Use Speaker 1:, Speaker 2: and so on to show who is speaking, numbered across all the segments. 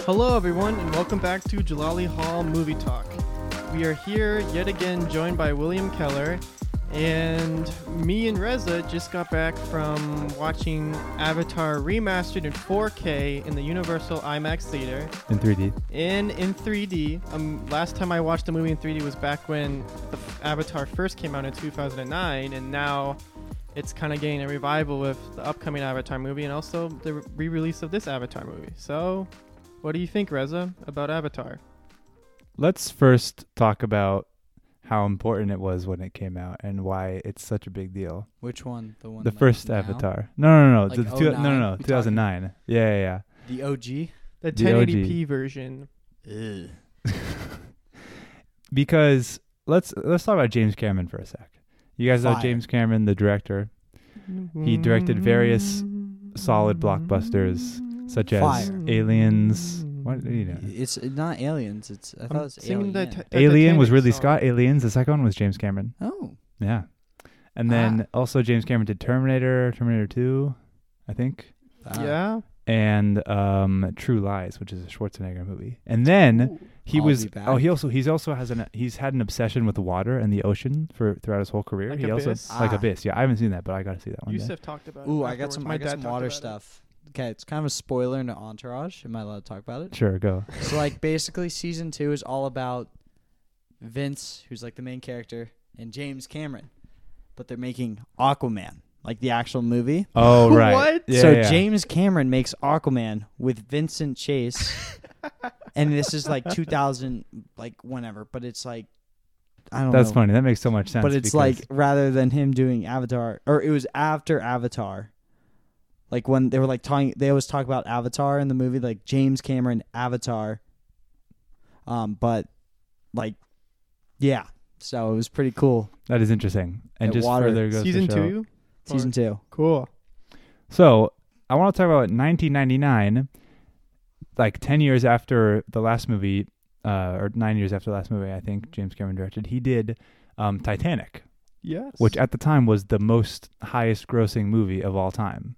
Speaker 1: Hello, everyone, and welcome back to Jalali Hall Movie Talk. We are here yet again, joined by William Keller, and me and Reza just got back from watching Avatar remastered in 4K in the Universal IMAX Theater
Speaker 2: in 3D.
Speaker 1: and in 3D. Um, last time I watched a movie in 3D was back when the f- Avatar first came out in 2009, and now it's kind of getting a revival with the upcoming Avatar movie and also the re release of this Avatar movie. So, what do you think, Reza, about Avatar?
Speaker 2: Let's first talk about how important it was when it came out and why it's such a big deal.
Speaker 3: Which one? The one.
Speaker 2: the
Speaker 3: like
Speaker 2: first
Speaker 3: now?
Speaker 2: Avatar. No, no, no,
Speaker 3: Like
Speaker 2: the two, no,
Speaker 3: 09?
Speaker 2: no,
Speaker 3: You're
Speaker 2: no,
Speaker 3: talking-
Speaker 2: 2009. Yeah, yeah, yeah.
Speaker 3: The OG.
Speaker 1: The
Speaker 2: The OG.
Speaker 1: 1080p version.
Speaker 2: because let's let's talk about James Cameron for a sec. You guys know
Speaker 3: Fire.
Speaker 2: James Cameron, the director, He directed various solid blockbusters such as
Speaker 3: Fire. Mm.
Speaker 2: Aliens. What you know?
Speaker 3: It's not aliens. It's I thought it was alien.
Speaker 1: that Um, t- that
Speaker 2: Alien was
Speaker 1: Titanic
Speaker 2: Ridley
Speaker 1: song.
Speaker 2: Scott. Aliens. The second one was James Cameron.
Speaker 3: oh,
Speaker 2: Yeah. And then
Speaker 3: Ah.
Speaker 2: also James Cameron did Terminator, Terminator 2, I think,
Speaker 3: wow.
Speaker 1: Yeah.
Speaker 2: and um, True Lies, which is a Schwarzenegger movie. And then he
Speaker 3: I'll
Speaker 2: was
Speaker 3: be back.
Speaker 2: oh he also he's also has an he's had an obsession with the water and the ocean for throughout his whole career.
Speaker 1: Like
Speaker 2: he
Speaker 1: Abyss?
Speaker 2: also like
Speaker 3: Ah.
Speaker 2: Abyss. Yeah, I haven't seen that, but I got to see that one. day.
Speaker 1: Yusuf talked about it.
Speaker 3: Ooh, I got
Speaker 1: afterwards.
Speaker 3: some.
Speaker 1: My
Speaker 3: I got
Speaker 1: dad
Speaker 3: some
Speaker 1: talked
Speaker 3: water
Speaker 1: about it.
Speaker 3: stuff. Okay, it's kind of a spoiler into Entourage. Am I allowed to talk about it?
Speaker 2: Sure, go.
Speaker 3: so like basically, season two is all about Vince, who's like the main character, and James Cameron, but they're making Aquaman, like the actual movie.
Speaker 2: Oh right.
Speaker 1: What?
Speaker 2: Yeah,
Speaker 3: so
Speaker 2: yeah.
Speaker 3: James Cameron makes Aquaman with Vincent Chase, and this is like 2000, like whenever. But it's like I don't
Speaker 2: That's
Speaker 3: know.
Speaker 2: funny. That makes so much sense.
Speaker 3: But it's
Speaker 2: because-
Speaker 3: like rather than him doing Avatar, or it was after Avatar. Like when they were like talking, they always talk about Avatar in the movie, like James Cameron Avatar. Um, but like, yeah. So it was pretty cool.
Speaker 2: that is interesting. And
Speaker 3: That
Speaker 2: just
Speaker 3: water.
Speaker 2: further goes to
Speaker 1: Season
Speaker 2: show-
Speaker 1: two?
Speaker 3: Season two.
Speaker 1: Cool.
Speaker 2: So I want to talk about 1999, like 10 years after the last movie, uh, or nine years after the last movie, I think James Cameron directed. He did um, Titanic,
Speaker 1: Yes.
Speaker 2: which at the time was the most highest grossing movie of all time,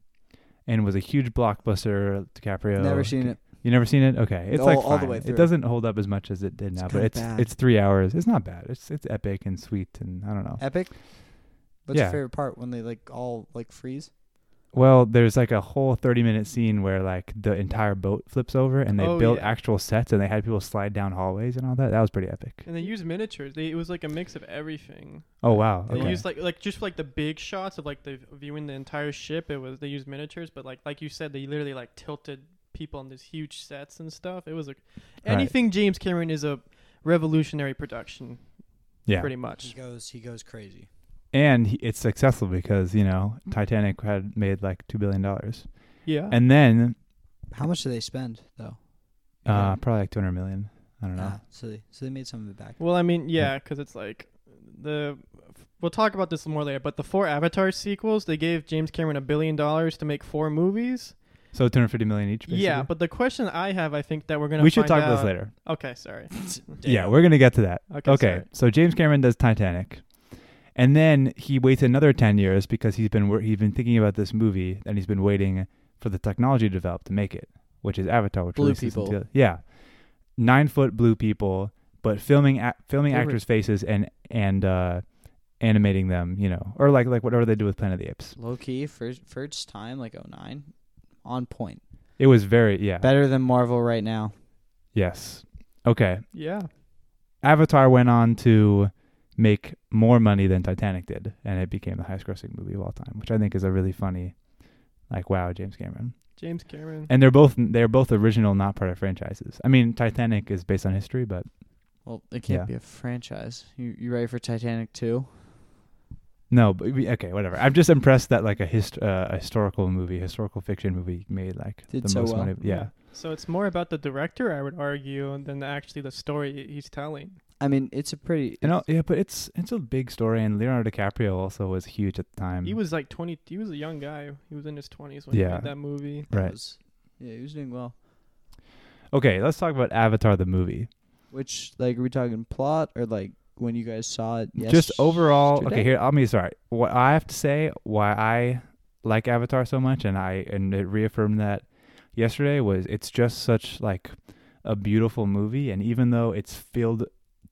Speaker 2: and was a huge blockbuster. DiCaprio.
Speaker 3: Never seen it.
Speaker 2: You never seen it? Okay, it's
Speaker 3: All-
Speaker 2: like
Speaker 3: all the
Speaker 2: fine.
Speaker 3: way
Speaker 2: It
Speaker 3: through.
Speaker 2: doesn't hold up as much as it did now, but
Speaker 3: kinda
Speaker 2: it's
Speaker 3: bad.
Speaker 2: it's three hours. It's not bad. It's it's epic and sweet, and I don't know.
Speaker 3: Epic. What's
Speaker 2: Yeah.
Speaker 3: your favorite part when they like all like freeze?
Speaker 2: Well, there's like a whole 30 minute scene where like the entire boat flips over and they
Speaker 1: Oh,
Speaker 2: built
Speaker 1: yeah.
Speaker 2: actual sets and they had people slide down hallways and all that. That was pretty epic.
Speaker 1: And they used miniatures. They, it was like a mix of everything.
Speaker 2: Oh, wow.
Speaker 1: They
Speaker 2: Okay.
Speaker 1: used like like just like the big shots of like the viewing the entire ship. It was they used miniatures, but like like you said, they literally like tilted people on these huge sets and stuff. It was like
Speaker 2: Right.
Speaker 1: anything James Cameron is a revolutionary production,
Speaker 2: yeah.
Speaker 1: pretty
Speaker 3: He
Speaker 1: much.
Speaker 3: goes he goes crazy.
Speaker 2: And he, it's successful because, you know, Titanic had made like $2 billion.
Speaker 1: Yeah.
Speaker 2: And then
Speaker 3: How much do they spend though?
Speaker 2: uh, probably like 200 million. I don't know.
Speaker 3: Ah, so they so they made some of it back.
Speaker 1: well, I mean, yeah, because it's like the we'll talk about this more later. But the four Avatar sequels, they gave James Cameron a billion dollars to make four movies.
Speaker 2: So 250 million each. Basically.
Speaker 1: Yeah, but the question I have, I think that we're gonna
Speaker 2: we
Speaker 1: find
Speaker 2: should talk about this
Speaker 1: out-
Speaker 2: later.
Speaker 1: Okay, sorry.
Speaker 2: Yeah, we're going to get to that.
Speaker 1: Okay,
Speaker 2: Okay,
Speaker 1: sorry.
Speaker 2: so James Cameron does Titanic, and then he waits another ten years because he's been wor- he's been thinking about this movie, and he's been waiting for the technology to develop to make it, which is Avatar, which
Speaker 3: Blue
Speaker 2: releases in
Speaker 3: people.
Speaker 2: two- yeah, nine foot blue people, but filming ac filming
Speaker 1: They were-
Speaker 2: actors' faces and and uh, animating them, you know, or like like whatever they do with Planet of the Apes.
Speaker 3: Low key first first time like 09 on point.
Speaker 2: It was very yeah
Speaker 3: Better than Marvel right now.
Speaker 2: yes okay.
Speaker 1: Yeah.
Speaker 2: Avatar went on to make more money than Titanic did, and it became the highest grossing movie of all time, which I think is a really funny, like wow, James Cameron.
Speaker 1: James Cameron.
Speaker 2: And they're both they're both original, not part of franchises. I mean, Titanic is based on history, but
Speaker 3: Well, it can't
Speaker 2: Yeah.
Speaker 3: be a franchise. You you ready for Titanic 2?
Speaker 2: no, but we- okay, whatever. I'm just impressed that like a hist uh, a historical movie, historical fiction movie, made like
Speaker 3: Did
Speaker 2: the
Speaker 3: so
Speaker 2: most
Speaker 3: well.
Speaker 2: money. Yeah.
Speaker 1: So it's more about the director, I would argue, than actually the story he's telling.
Speaker 3: I mean, it's a pretty
Speaker 2: And all, yeah, but it's it's a big story, and Leonardo DiCaprio also was huge at the time.
Speaker 1: He was like 20. He was a young guy. He was in his 20s when he
Speaker 2: Yeah.
Speaker 1: made that movie.
Speaker 3: it
Speaker 2: right.
Speaker 3: was- yeah, he was doing well.
Speaker 2: Okay, let's talk about Avatar the movie.
Speaker 3: Which like are we talking plot or like when you guys saw it?
Speaker 2: just overall
Speaker 3: yesterday?
Speaker 2: okay here i'll be sorry what i have to say why i like avatar so much and i and it reaffirmed that yesterday was it's just such like a beautiful movie, and even though it's filled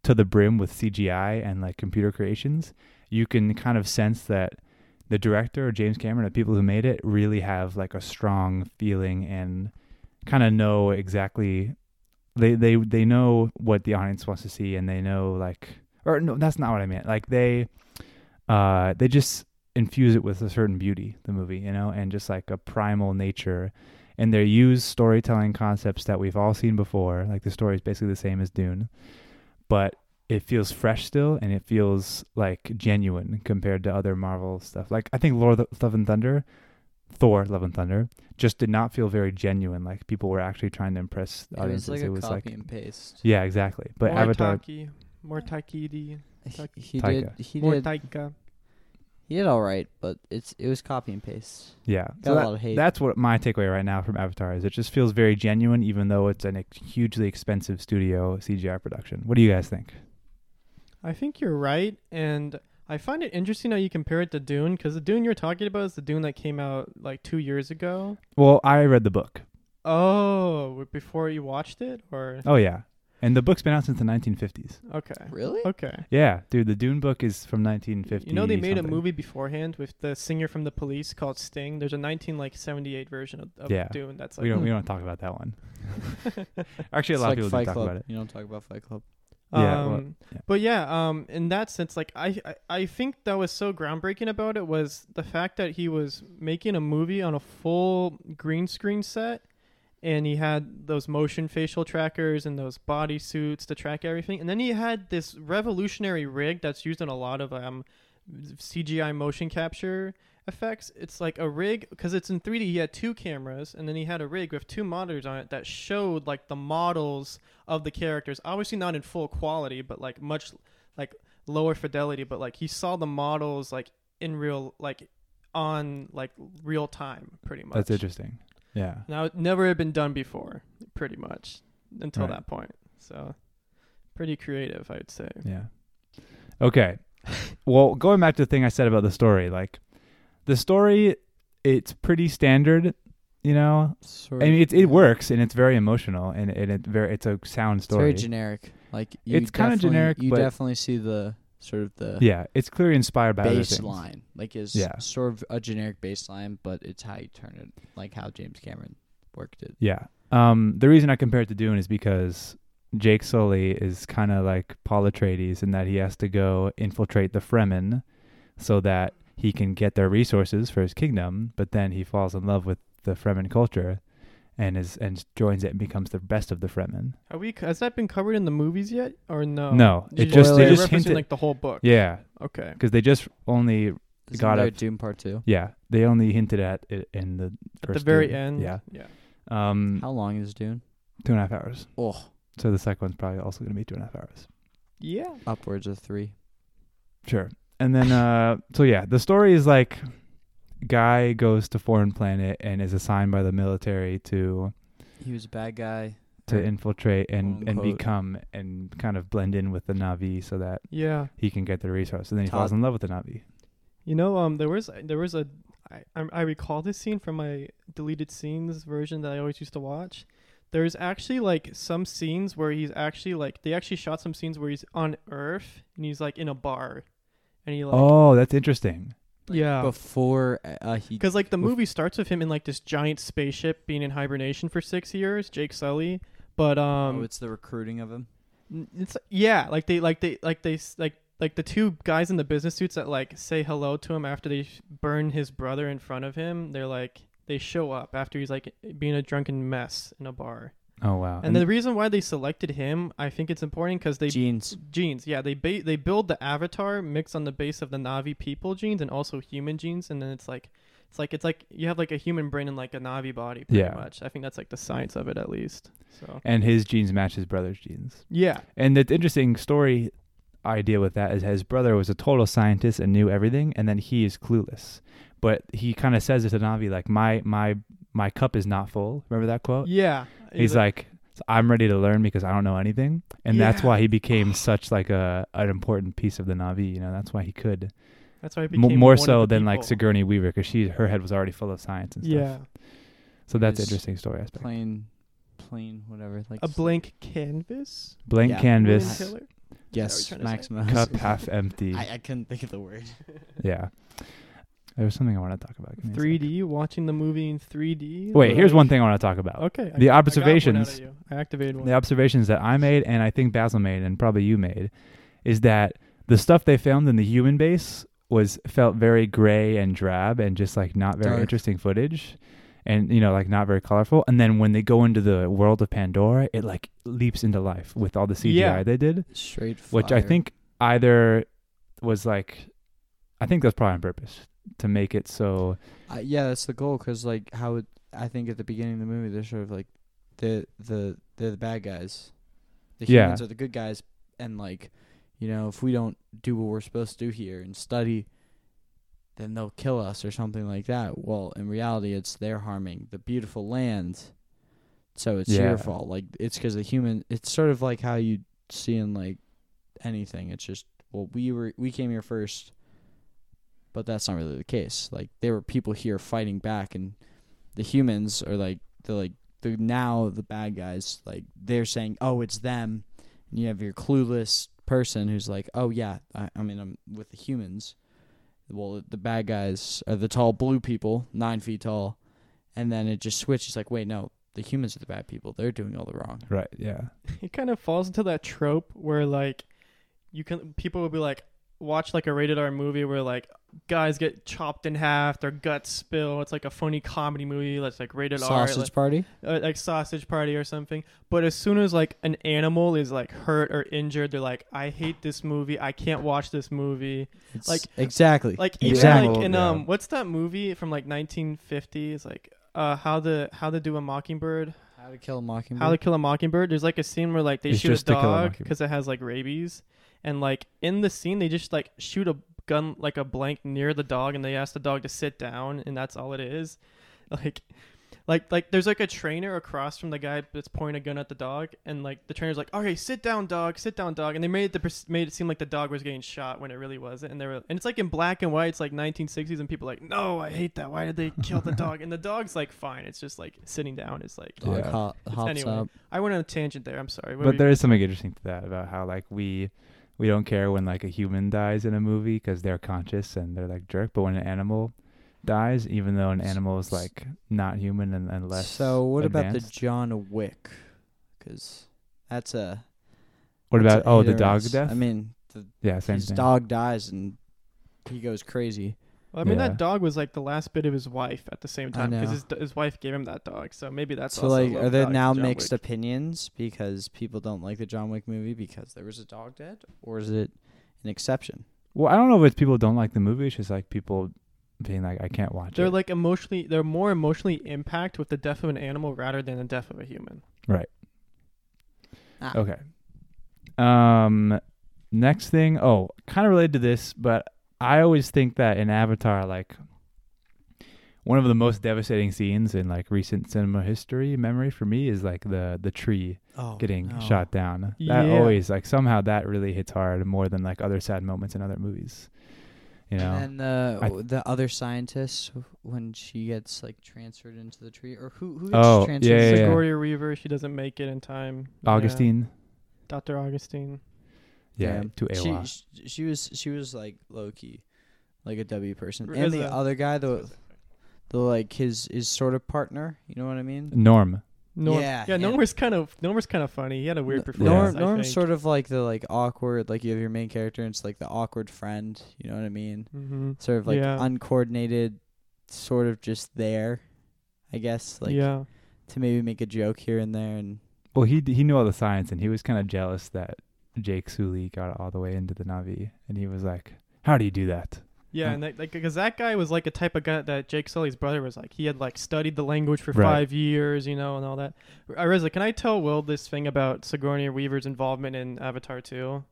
Speaker 2: to the brim with CGI and like computer creations, you can kind of sense that the director or James Cameron, the people who made it, really have like a strong feeling and kind of know exactly they they they know what the audience wants to see and they know like or no that's not what I meant like they uh they just infuse it with a certain beauty the movie you know and just like a primal nature and they use storytelling concepts that we've all seen before like the story is basically the same as Dune but it feels fresh still and it feels like genuine compared to other Marvel stuff like I think Lord of the- Love and Thunder Thor Love and Thunder just did not feel very genuine like people were actually trying to impress
Speaker 3: It was
Speaker 2: audiences
Speaker 3: like a
Speaker 2: it was
Speaker 3: copy
Speaker 2: like
Speaker 3: and paste.
Speaker 2: yeah, exactly. But
Speaker 1: more
Speaker 2: Avatar,
Speaker 1: Taki, more Takidi,
Speaker 3: He,
Speaker 1: Taika.
Speaker 3: he did.
Speaker 2: Taika.
Speaker 3: He
Speaker 1: more
Speaker 3: did.
Speaker 1: Taika.
Speaker 3: He did all right, but it's it was copy and paste.
Speaker 2: yeah.
Speaker 3: Got
Speaker 2: So
Speaker 3: a
Speaker 2: that-
Speaker 3: lot of hate.
Speaker 2: that's what my takeaway right now from Avatar is. It just feels very genuine, even though it's a hugely expensive studio CGI production. What do you guys think?
Speaker 1: I think you're right, and I find it interesting how you compare it to Dune because the Dune you're talking about is the Dune that came out like two years ago.
Speaker 2: Well, I read the book.
Speaker 1: Oh, w- before you watched it, or
Speaker 2: Oh yeah, and the book's been out since the 1950s.
Speaker 1: okay,
Speaker 3: really?
Speaker 1: okay.
Speaker 2: Yeah, dude, the Dune book is from 1950.
Speaker 1: You know they made a
Speaker 2: something.
Speaker 1: movie beforehand with the singer from the Police called Sting. There's a 19 like 78 version of, of
Speaker 2: Yeah.
Speaker 1: Dune that's like
Speaker 2: We don't. We don't talk about that one. Actually, a
Speaker 3: It's
Speaker 2: lot
Speaker 3: like
Speaker 2: of people
Speaker 3: Fight
Speaker 2: do talk
Speaker 3: Club.
Speaker 2: about it.
Speaker 3: You don't talk about Fight Club.
Speaker 2: Yeah,
Speaker 1: um,
Speaker 2: well, yeah.
Speaker 1: But yeah, um, in that sense, like I, I, I think that was so groundbreaking about it was the fact that he was making a movie on a full green screen set, and he had those motion facial trackers and those body suits to track everything, and then he had this revolutionary rig that's used in a lot of um, CGI motion capture effects. It's like a rig because it's in 3D. He had two cameras, and then he had a rig with two monitors on it that showed like the models of the characters. Obviously, not in full quality, but like much like lower fidelity. But like he saw the models like in real like on like real time, pretty much.
Speaker 2: That's interesting. Yeah.
Speaker 1: Now it never had been done before, pretty much until
Speaker 2: Right.
Speaker 1: that point. So pretty creative, I'd say.
Speaker 2: Yeah. Okay. well, going back to the thing I said about the story, like the story, it's pretty standard, you know.
Speaker 3: Sort
Speaker 2: I mean, it
Speaker 3: yeah.
Speaker 2: it works and it's very emotional and and it very it's a sound
Speaker 3: It's very
Speaker 2: story.
Speaker 3: generic. Like you
Speaker 2: It's kinda
Speaker 3: definitely-
Speaker 2: generic,
Speaker 3: You
Speaker 2: but-
Speaker 3: definitely see the sort of the
Speaker 2: yeah, it's clearly inspired by other things.
Speaker 3: baseline. Like is
Speaker 2: Yeah.
Speaker 3: sort of a generic baseline, but it's how you turn it. Like how James Cameron worked it.
Speaker 2: Yeah. Um, the reason I compare it to Dune is because Jake Sully is kind of like Paul Atreides in that he has to go infiltrate the Fremen so that he can get their resources for his kingdom, but then he falls in love with the Fremen culture and is and joins it and becomes the best of the Fremen.
Speaker 1: Have we? Has that been covered in the movies yet, or no?
Speaker 2: No,
Speaker 1: You
Speaker 2: it just
Speaker 3: spoil
Speaker 2: they
Speaker 3: it.
Speaker 2: just
Speaker 1: referencing,
Speaker 2: hinted,
Speaker 1: like the whole book.
Speaker 2: yeah,
Speaker 1: Okay.
Speaker 2: because they just only
Speaker 3: Isn't
Speaker 2: Got
Speaker 3: there
Speaker 2: it.
Speaker 3: Doom Part Two?
Speaker 2: yeah they only hinted at it in the
Speaker 1: At the
Speaker 2: first
Speaker 1: very
Speaker 2: Dune.
Speaker 1: end.
Speaker 2: Yeah,
Speaker 1: Yeah.
Speaker 2: um,
Speaker 3: How long is Dune?
Speaker 2: two and a half hours.
Speaker 3: Oh,
Speaker 2: So the second one's probably also going to be two and a half hours.
Speaker 1: Yeah.
Speaker 3: upwards of three.
Speaker 2: Sure. And then uh so yeah, the story is like guy goes to foreign planet and is assigned by the military to
Speaker 3: He was a bad guy.
Speaker 2: to
Speaker 3: Right.
Speaker 2: infiltrate and and
Speaker 3: Quote-unquote.
Speaker 2: become and kind of blend in with the Navi so that
Speaker 1: Yeah.
Speaker 2: he can get the resource. And then he
Speaker 3: Todd-
Speaker 2: falls in love with the Navi.
Speaker 1: You know, um, there was there was a I I- I recall this scene from my deleted scenes version that I always used to watch. There's actually like some scenes where he's actually like they actually shot some scenes where he's on Earth and he's like in a bar, and he like
Speaker 2: oh, that's interesting. Oh.
Speaker 1: yeah.
Speaker 3: Before uh, he
Speaker 1: Because like the
Speaker 3: bef-
Speaker 1: movie starts with him in like this giant spaceship being in hibernation for six years, Jake Sully. But um,
Speaker 3: oh, it's the recruiting of him.
Speaker 1: N- it's yeah like they like they like they s- like like the two guys in the business suits that like say hello to him after they sh- burn his brother in front of him they're like they show up after he's like being a drunken mess in a bar
Speaker 2: Oh wow.
Speaker 1: and, the reason why they selected him i think it's important because they
Speaker 3: Jeans.
Speaker 1: genes yeah they ba- they build the avatar mixed on the base of the navi people genes and also human genes and then it's like it's like it's like you have like a human brain and like a navi body pretty
Speaker 2: Yeah.
Speaker 1: much i think that's like the science of it at least so
Speaker 2: and his genes match his brother's genes.
Speaker 1: yeah
Speaker 2: And the interesting story idea with that is his brother was a total scientist and knew everything, and then he is clueless. But he kind of says it to Navi, like my my my cup is not full. Remember that quote?
Speaker 1: yeah
Speaker 2: He's like, I'm ready to learn because I don't know anything, and that's
Speaker 1: Yeah.
Speaker 2: why he became such like a an important piece of the Navi. You know, that's why he could
Speaker 1: that's why he became
Speaker 2: M- more
Speaker 1: one of
Speaker 2: so
Speaker 1: the
Speaker 2: than like
Speaker 1: people.
Speaker 2: Sigourney Weaver because she her head was already full of science and stuff.
Speaker 1: Yeah.
Speaker 2: So that's
Speaker 3: His
Speaker 2: interesting story aspect.
Speaker 3: Plain, plain whatever. Like
Speaker 1: A blank canvas.
Speaker 2: Blank
Speaker 3: Yeah.
Speaker 1: This
Speaker 2: canvas,
Speaker 1: killer.
Speaker 4: Yes.
Speaker 1: Sorry,
Speaker 3: Maximus.
Speaker 2: cup half empty.
Speaker 3: I, I couldn't think of the word.
Speaker 2: yeah. There was something I want to talk about. Give me a sec.
Speaker 1: 3D. Watching the movie in 3D.
Speaker 2: Wait, here's
Speaker 1: Like-
Speaker 2: one thing I want to talk about.
Speaker 1: Okay. I-
Speaker 2: The
Speaker 1: I got one out of
Speaker 2: observations-
Speaker 1: you. I activated one.
Speaker 2: The observations that I made, and I think Basil made, and probably you made, is that the stuff they filmed in the human base was felt very gray and drab, and just like not very
Speaker 4: Dark.
Speaker 2: interesting footage, and you know, like not very colorful. And then when they go into the world of Pandora, it like leaps into life with all the CGI
Speaker 1: Yeah.
Speaker 2: they did,
Speaker 3: Straight.
Speaker 2: which I
Speaker 3: fire.
Speaker 2: think either was like, I think that's probably on purpose to make it so
Speaker 3: I-
Speaker 4: Uh, yeah, that's the goal. Cause like how it, I think at the beginning of the movie they're sort of like
Speaker 3: the the they're the bad guys. The
Speaker 2: Yeah.
Speaker 3: humans are the good guys, and like, you know, if we don't do what we're supposed to do here and study, then they'll kill us or something like that. Well, in reality, it's they're harming the beautiful land, so it's
Speaker 2: Yeah.
Speaker 3: your fault. Like it's because the human. It's sort of like how you see in like anything. It's just well, we were we came here first, but that's not really the case. Like there were people here fighting back, and the humans are like the like the now the bad guys. Like they're saying, oh, it's them. And you have your clueless person who's like, oh yeah, I, I mean I'm with the humans. Well, the bad guys are the tall blue people, nine feet tall, and then it just switches. Like wait, no, the humans are the bad people. They're doing all the wrong.
Speaker 2: right, yeah.
Speaker 1: it kind of falls into that trope where like you can people will be like watch like a rated R movie where like guys get chopped in half, their guts spill. It's like a funny comedy movie that's like rated
Speaker 3: Sausage
Speaker 1: R, like-
Speaker 3: party.
Speaker 1: uh, like sausage party or something. But as soon as like an animal is like hurt or injured, they're like, I hate this movie. I can't watch this movie.
Speaker 3: It's
Speaker 1: Like-
Speaker 3: exactly.
Speaker 1: Like even
Speaker 2: Exactly.
Speaker 1: like in
Speaker 2: Yeah.
Speaker 1: um, what's that movie from like 1950? It's like uh, how to how to do a mockingbird.
Speaker 3: How to Kill a Mockingbird.
Speaker 1: How to Kill a Mockingbird. There's like a scene where like they
Speaker 2: It's
Speaker 1: shoot a
Speaker 2: just To Kill a
Speaker 1: dog
Speaker 2: Mockingbird.
Speaker 1: because it has like rabies, and like in the scene they just like shoot a gun like a blank near the dog, and they ask the dog to sit down, and that's all it is. Like, like, like there's like a trainer across from the guy that's pointing a gun at the dog, and like the trainer's like, "Okay, sit down, dog, sit down, dog," and they made the pers- made it seem like the dog was getting shot when it really wasn't, and they were, and it's like in black and white, it's like 1960s, and people are like, "No, I hate that. Why did they kill the dog?" and the dog's like, "Fine, it's just like sitting down is like."
Speaker 3: Dog
Speaker 2: Yeah.
Speaker 3: hop- hops
Speaker 1: anyway.
Speaker 3: up.
Speaker 1: I went on a tangent there. I'm sorry. What were
Speaker 2: but
Speaker 1: you-
Speaker 2: there is something interesting to that about how like we we don't care when like a human dies in a movie because they're conscious and they're like jerk but when an animal dies even though an animal is like not human and, and less
Speaker 3: So what about the
Speaker 2: advanced-
Speaker 3: John Wick? Because that's a.
Speaker 2: what
Speaker 3: that's
Speaker 2: about
Speaker 3: a
Speaker 2: oh
Speaker 3: hit
Speaker 2: the
Speaker 3: or
Speaker 2: dog
Speaker 3: miss.
Speaker 2: death
Speaker 3: I mean, the,
Speaker 2: yeah same
Speaker 3: his
Speaker 2: thing
Speaker 3: dog dies and he goes crazy.
Speaker 1: Well, I mean,
Speaker 2: Yeah.
Speaker 1: that dog was like the last bit of his wife at the same
Speaker 3: I
Speaker 1: time because
Speaker 3: know.
Speaker 1: his, his wife gave him that dog. So maybe that's
Speaker 3: so
Speaker 1: also a
Speaker 3: like,
Speaker 1: love
Speaker 3: are there
Speaker 1: dog to
Speaker 3: now
Speaker 1: John
Speaker 3: mixed
Speaker 1: Wick.
Speaker 3: opinions because people don't like the John Wick movie because there was a dog dead, or is it an exception?
Speaker 2: well i don't know if it's people don't like the movie it's just like people being like i can't watch
Speaker 1: They're
Speaker 2: it
Speaker 1: like emotionally, they're more emotionally impacted with the death of an animal rather than the death of a human.
Speaker 3: Ah,
Speaker 2: okay um next thing oh kind of related to this but i always think that in avatar like one of the most devastating scenes in like recent cinema history memory for me is like the the tree
Speaker 3: Oh,
Speaker 2: getting
Speaker 3: no.
Speaker 2: shot down that
Speaker 1: Yeah.
Speaker 2: always like somehow that really hits hard more than like other sad moments in other movies you know
Speaker 3: And then the
Speaker 2: I-
Speaker 3: the other scientist when she gets like transferred into the tree, or who who gets
Speaker 2: Oh,
Speaker 3: transferred?
Speaker 2: Yeah,
Speaker 3: into
Speaker 2: yeah.
Speaker 1: Sigourney Weaver, she doesn't make it in time. Yeah.
Speaker 2: augustine
Speaker 1: Dr. Augustine.
Speaker 2: yeah,
Speaker 3: Damn.
Speaker 2: to
Speaker 3: she,
Speaker 2: Awa.
Speaker 3: sh- she was she was like low key, like a W person.
Speaker 1: R-
Speaker 3: And
Speaker 1: as
Speaker 3: the
Speaker 1: a-
Speaker 3: other guy, the the like his his sort of partner. You know what I mean?
Speaker 2: norm
Speaker 1: Norm,
Speaker 3: Yeah,
Speaker 1: yeah.
Speaker 3: yeah.
Speaker 1: Norm's kind of Norm's kind of funny. He had a weird
Speaker 3: N-
Speaker 1: performance.
Speaker 3: Norm
Speaker 1: I
Speaker 3: Norm's
Speaker 1: think.
Speaker 3: sort of like the like awkward, like you have your main character, and it's like the awkward friend. You know what I mean?
Speaker 1: Mhm.
Speaker 3: Sort of like
Speaker 1: Yeah.
Speaker 3: uncoordinated, sort of just there. I guess like
Speaker 1: yeah.
Speaker 3: to maybe make a joke here and there, and
Speaker 2: well he d- he knew all the science and he was kind of jealous that jake sully got all the way into the navi and he was like how do you do that
Speaker 1: Yeah, and that, like, because that guy was like a type of guy that Jake Sully's brother was like. He had like studied the language for
Speaker 2: Right.
Speaker 1: five years, you know, and all that. Uh, Reza, can I tell Will this thing about Sigourney Weaver's involvement in Avatar 2?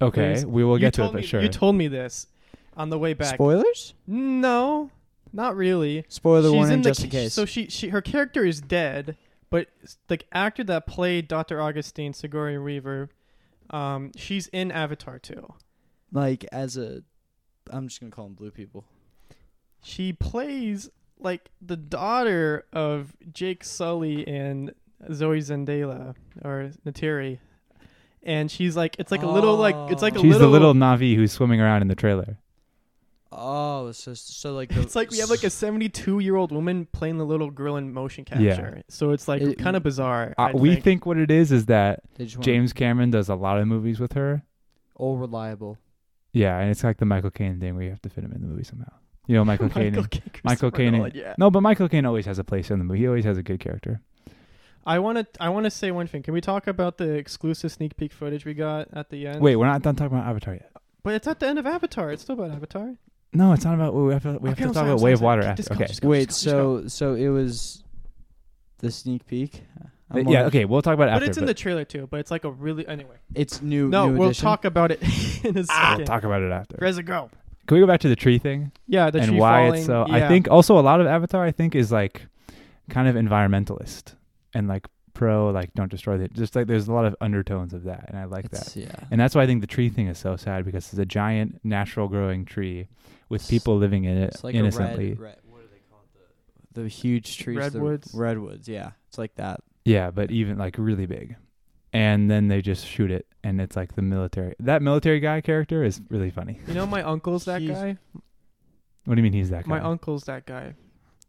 Speaker 2: okay
Speaker 1: Please.
Speaker 2: we will get to it
Speaker 1: told
Speaker 2: but
Speaker 1: me,
Speaker 2: sure
Speaker 1: You told me this on the way back.
Speaker 3: spoilers.
Speaker 1: no, not really.
Speaker 3: Spoiler
Speaker 1: She's
Speaker 3: warning,
Speaker 1: in the
Speaker 3: just in
Speaker 1: ca-
Speaker 3: case.
Speaker 1: So she, she, her character is dead, but s- the actor that played Dr. Augustine Sigourney Weaver, um, she's in Avatar 2.
Speaker 3: like as a, I'm just gonna call them blue people.
Speaker 1: she plays like the daughter of Jake Sully and Zoe Zendaya or Natiri, and she's like it's like a little like it's like a
Speaker 2: She's the little Navi who's swimming around in the trailer.
Speaker 3: Oh, so so like
Speaker 1: It's like we have like a 72 year old woman playing the little girl in motion
Speaker 2: Yeah.
Speaker 1: capture. So it's like
Speaker 3: It-
Speaker 1: kind of bizarre.
Speaker 2: Uh,
Speaker 1: I
Speaker 2: we
Speaker 1: think.
Speaker 2: think what it is is that
Speaker 3: they just wanna-
Speaker 2: James Cameron does a lot of movies with her.
Speaker 3: all reliable.
Speaker 2: Yeah, and it's like the Michael Caine thing where you have to fit him in the movie somehow. You know, Michael Caine.
Speaker 1: Michael Caine. Christopher
Speaker 2: Michael Caine-
Speaker 1: Nolan, yeah.
Speaker 2: No, but Michael Caine always has a place in the movie. He always has a good character.
Speaker 1: I want to. I want to say one thing. Can we talk about the exclusive sneak peek footage we got at the end?
Speaker 2: Wait, we're not done talking about Avatar yet.
Speaker 1: but it's at the end of Avatar. It's still about Avatar. Oh,
Speaker 2: No, it's not about. We have to, we have
Speaker 1: Okay,
Speaker 2: to
Speaker 1: I'm
Speaker 2: talk
Speaker 1: sorry, I'm
Speaker 2: about
Speaker 1: sorry,
Speaker 2: Way of
Speaker 1: sorry.
Speaker 2: Water
Speaker 1: Just go,
Speaker 2: after. Okay.
Speaker 1: just go,
Speaker 3: Wait,
Speaker 1: just go,
Speaker 3: so so it was the sneak peek. I'm
Speaker 2: Uh,
Speaker 3: wondering-
Speaker 2: Yeah. Okay. We'll talk about it
Speaker 1: But
Speaker 2: after.
Speaker 1: it's in the trailer too. But it's like a really anyway.
Speaker 3: It's new.
Speaker 1: No,
Speaker 3: new
Speaker 1: we'll
Speaker 3: edition.
Speaker 1: talk about it in a
Speaker 2: Ah,
Speaker 1: second.
Speaker 2: we'll talk about it after.
Speaker 1: Where's it go?
Speaker 2: Can we go back to the tree thing
Speaker 1: Yeah, the
Speaker 2: and
Speaker 1: tree
Speaker 2: why
Speaker 1: falling.
Speaker 2: it's so?
Speaker 1: yeah.
Speaker 2: I think also a lot of Avatar I think is like kind of environmentalist and like pro like don't destroy it. Just like there's a lot of undertones of that, and I like that.
Speaker 3: It's- Yeah.
Speaker 2: And that's why I think the tree thing is so sad because it's a giant natural growing tree with
Speaker 3: It's-
Speaker 2: people living in it
Speaker 3: It's like
Speaker 2: innocently.
Speaker 3: a red, red. What do they call it? The, the huge trees. the
Speaker 1: Redwoods?
Speaker 3: redwoods. Yeah. It's like that.
Speaker 2: Yeah, but even like really big. And then they just shoot it and it's like the military. That military guy character is really funny.
Speaker 1: you know my uncle's that
Speaker 3: He's-
Speaker 1: guy.
Speaker 2: What do you mean he's that guy?
Speaker 1: My uncle's that guy.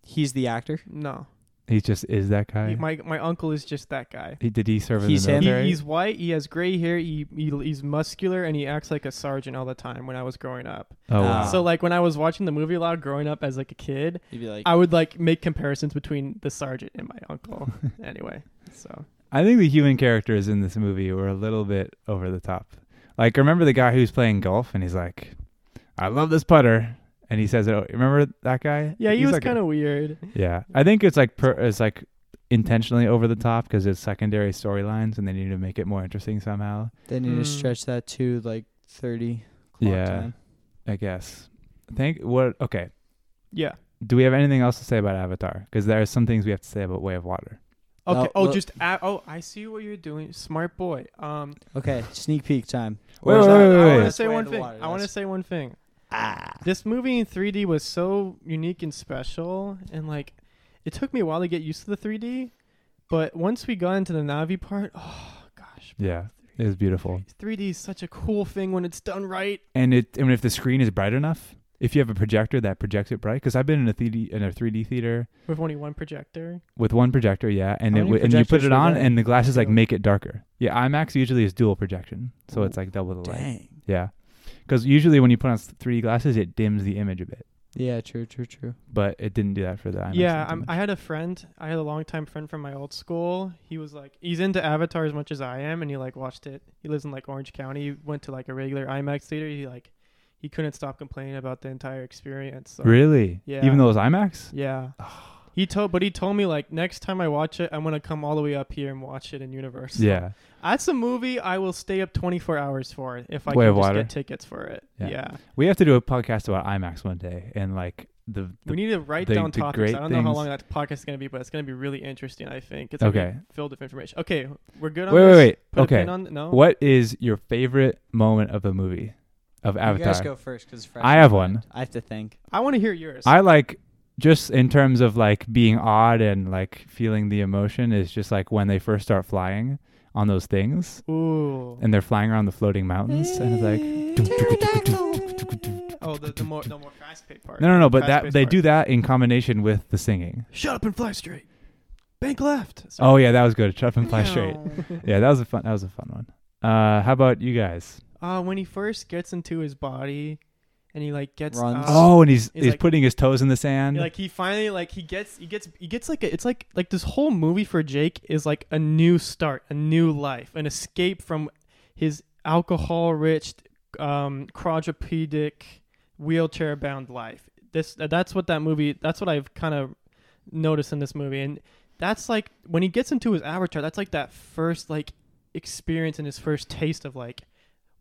Speaker 3: He's the actor.
Speaker 1: No,
Speaker 2: He just is that guy.
Speaker 1: He- my my uncle is just that guy.
Speaker 2: He- did he serve in
Speaker 3: He's
Speaker 2: the
Speaker 3: him?
Speaker 1: He-
Speaker 2: military?
Speaker 1: he's white. He has gray hair. He, he he's muscular, and he acts like a sergeant all the time. When I was growing up,
Speaker 2: Oh, wow.
Speaker 3: Ah.
Speaker 1: so like when I was watching the movie a lot growing up as like a kid,
Speaker 3: He'd be like.
Speaker 1: I would like make comparisons between the sergeant and my uncle. anyway, so
Speaker 2: I think the human characters in this movie were a little bit over the top. Like, remember the guy who's playing golf and he's like, I love this putter. And he says, it. Remember that guy?
Speaker 1: yeah, he
Speaker 2: He's
Speaker 1: was
Speaker 2: like a-
Speaker 1: kind of weird.
Speaker 2: Yeah, I think it's like per, it's like intentionally over the top because it's secondary storylines, and they need to make it more interesting somehow.
Speaker 3: They need
Speaker 1: Hmm.
Speaker 3: to stretch that to like thirty. Clock
Speaker 2: Yeah.
Speaker 3: Time.
Speaker 2: I guess. Think what? Okay.
Speaker 1: Yeah.
Speaker 2: Do we have anything else to say about Avatar? Because there are some things we have to say about Way of Water.
Speaker 1: Okay.
Speaker 3: No,
Speaker 1: oh,
Speaker 3: look-
Speaker 1: just a oh, I see what you're doing, smart boy. Um,
Speaker 3: Okay. Sneak peek time.
Speaker 2: Wait,
Speaker 3: Or is
Speaker 2: wait,
Speaker 3: that-
Speaker 2: wait,
Speaker 1: I
Speaker 2: wait,
Speaker 1: want to
Speaker 2: wait.
Speaker 1: say
Speaker 3: Way of
Speaker 1: one
Speaker 3: the
Speaker 1: thing.
Speaker 3: Water,
Speaker 1: I want to
Speaker 3: that's-
Speaker 1: say one thing.
Speaker 3: Ah.
Speaker 1: This movie in 3D was so unique and special, and like, it took me a while to get used to the 3D, but once we got into the Navi part, oh gosh,
Speaker 2: Yeah, it was beautiful.
Speaker 1: 3D is such a cool thing when it's done right.
Speaker 2: And it and if the screen is bright enough, if you have a projector that projects it bright, because I've been in a 3D in a 3D theater
Speaker 1: With only one projector.
Speaker 2: with one projector, yeah, and
Speaker 3: How
Speaker 2: it
Speaker 3: many
Speaker 2: w- and you put
Speaker 3: projectors
Speaker 2: it
Speaker 3: were
Speaker 2: on,
Speaker 3: there?
Speaker 2: and the glasses like
Speaker 3: Two.
Speaker 2: make it darker. Yeah, IMAX usually is dual projection, so it's
Speaker 3: Ooh,
Speaker 2: like double the light.
Speaker 3: Dang.
Speaker 2: Yeah. Because usually when you put on s- 3D glasses, it dims the image a bit,
Speaker 3: Yeah. True. True. True.
Speaker 2: but it didn't do that for the IMAX.
Speaker 1: yeah,
Speaker 2: not too
Speaker 1: I'm,
Speaker 2: much.
Speaker 1: I had a friend. I had a longtime friend from my old school. He was like, he's into Avatar as much as I am, and he like watched it. He lives in like Orange County. He went to like a regular IMAX theater. He like, he couldn't stop complaining about the entire experience. So,
Speaker 2: really?
Speaker 1: Yeah.
Speaker 2: Even though it's IMAX?
Speaker 1: Yeah. He told, but he told me like next time I watch it, I'm gonna come all the way up here and watch it in Universal.
Speaker 2: Yeah.
Speaker 1: that's a movie I will stay up 24 hours for if I
Speaker 2: Way
Speaker 1: can
Speaker 2: of
Speaker 1: just
Speaker 2: Water?
Speaker 1: get tickets for it.
Speaker 2: Yeah.
Speaker 1: Yeah,
Speaker 2: We have to do a podcast about IMAX one day and like the.
Speaker 1: we
Speaker 2: the
Speaker 1: need to write
Speaker 2: the-
Speaker 1: down
Speaker 2: the
Speaker 1: topics.
Speaker 2: great
Speaker 1: I don't know how
Speaker 2: things-
Speaker 1: long that podcast is gonna be, but it's gonna be really interesting. I think it's gonna be
Speaker 2: Okay.
Speaker 1: filled with information. Okay, we're good. On
Speaker 2: wait,
Speaker 1: this?
Speaker 2: wait, wait.
Speaker 1: Put a
Speaker 2: okay.
Speaker 1: pin on no.
Speaker 2: What is your favorite moment of the movie, of
Speaker 3: You guys
Speaker 2: Avatar?
Speaker 3: go first because
Speaker 2: I have one.
Speaker 3: I have to think.
Speaker 1: I want to hear yours.
Speaker 2: I like just in terms of like being odd and like feeling the emotion is just like when they first start flying on those things
Speaker 1: Ooh.
Speaker 2: and they're flying around the floating mountains and it's like.
Speaker 1: Eh. oh, the, the more the more fast paced part.
Speaker 2: No, no, no. But that
Speaker 1: Fast-paced
Speaker 2: they
Speaker 1: part.
Speaker 2: do that in combination with the singing.
Speaker 1: Shut up and fly straight. Bank left.
Speaker 2: Oh yeah, that was good. Shut up and fly straight.
Speaker 1: Meow.
Speaker 2: Yeah, that was a fun. That was a fun one. Uh, how about you guys?
Speaker 1: Uh, when he first gets into his body, and he like gets
Speaker 3: Runs.
Speaker 1: up,
Speaker 2: Oh, and he's he's,
Speaker 1: he's like-
Speaker 2: putting his toes in the
Speaker 1: and,
Speaker 2: sand.
Speaker 1: like he finally like he gets he gets he gets like a, it's like like this whole movie for Jake is like a new start, a new life, an escape from his alcohol-rich, um, quadrupedic, wheelchair-bound life. This that's what that movie. That's what I've kind of noticed in this movie, and that's like when he gets into his avatar. That's like that first like experience and his first taste of like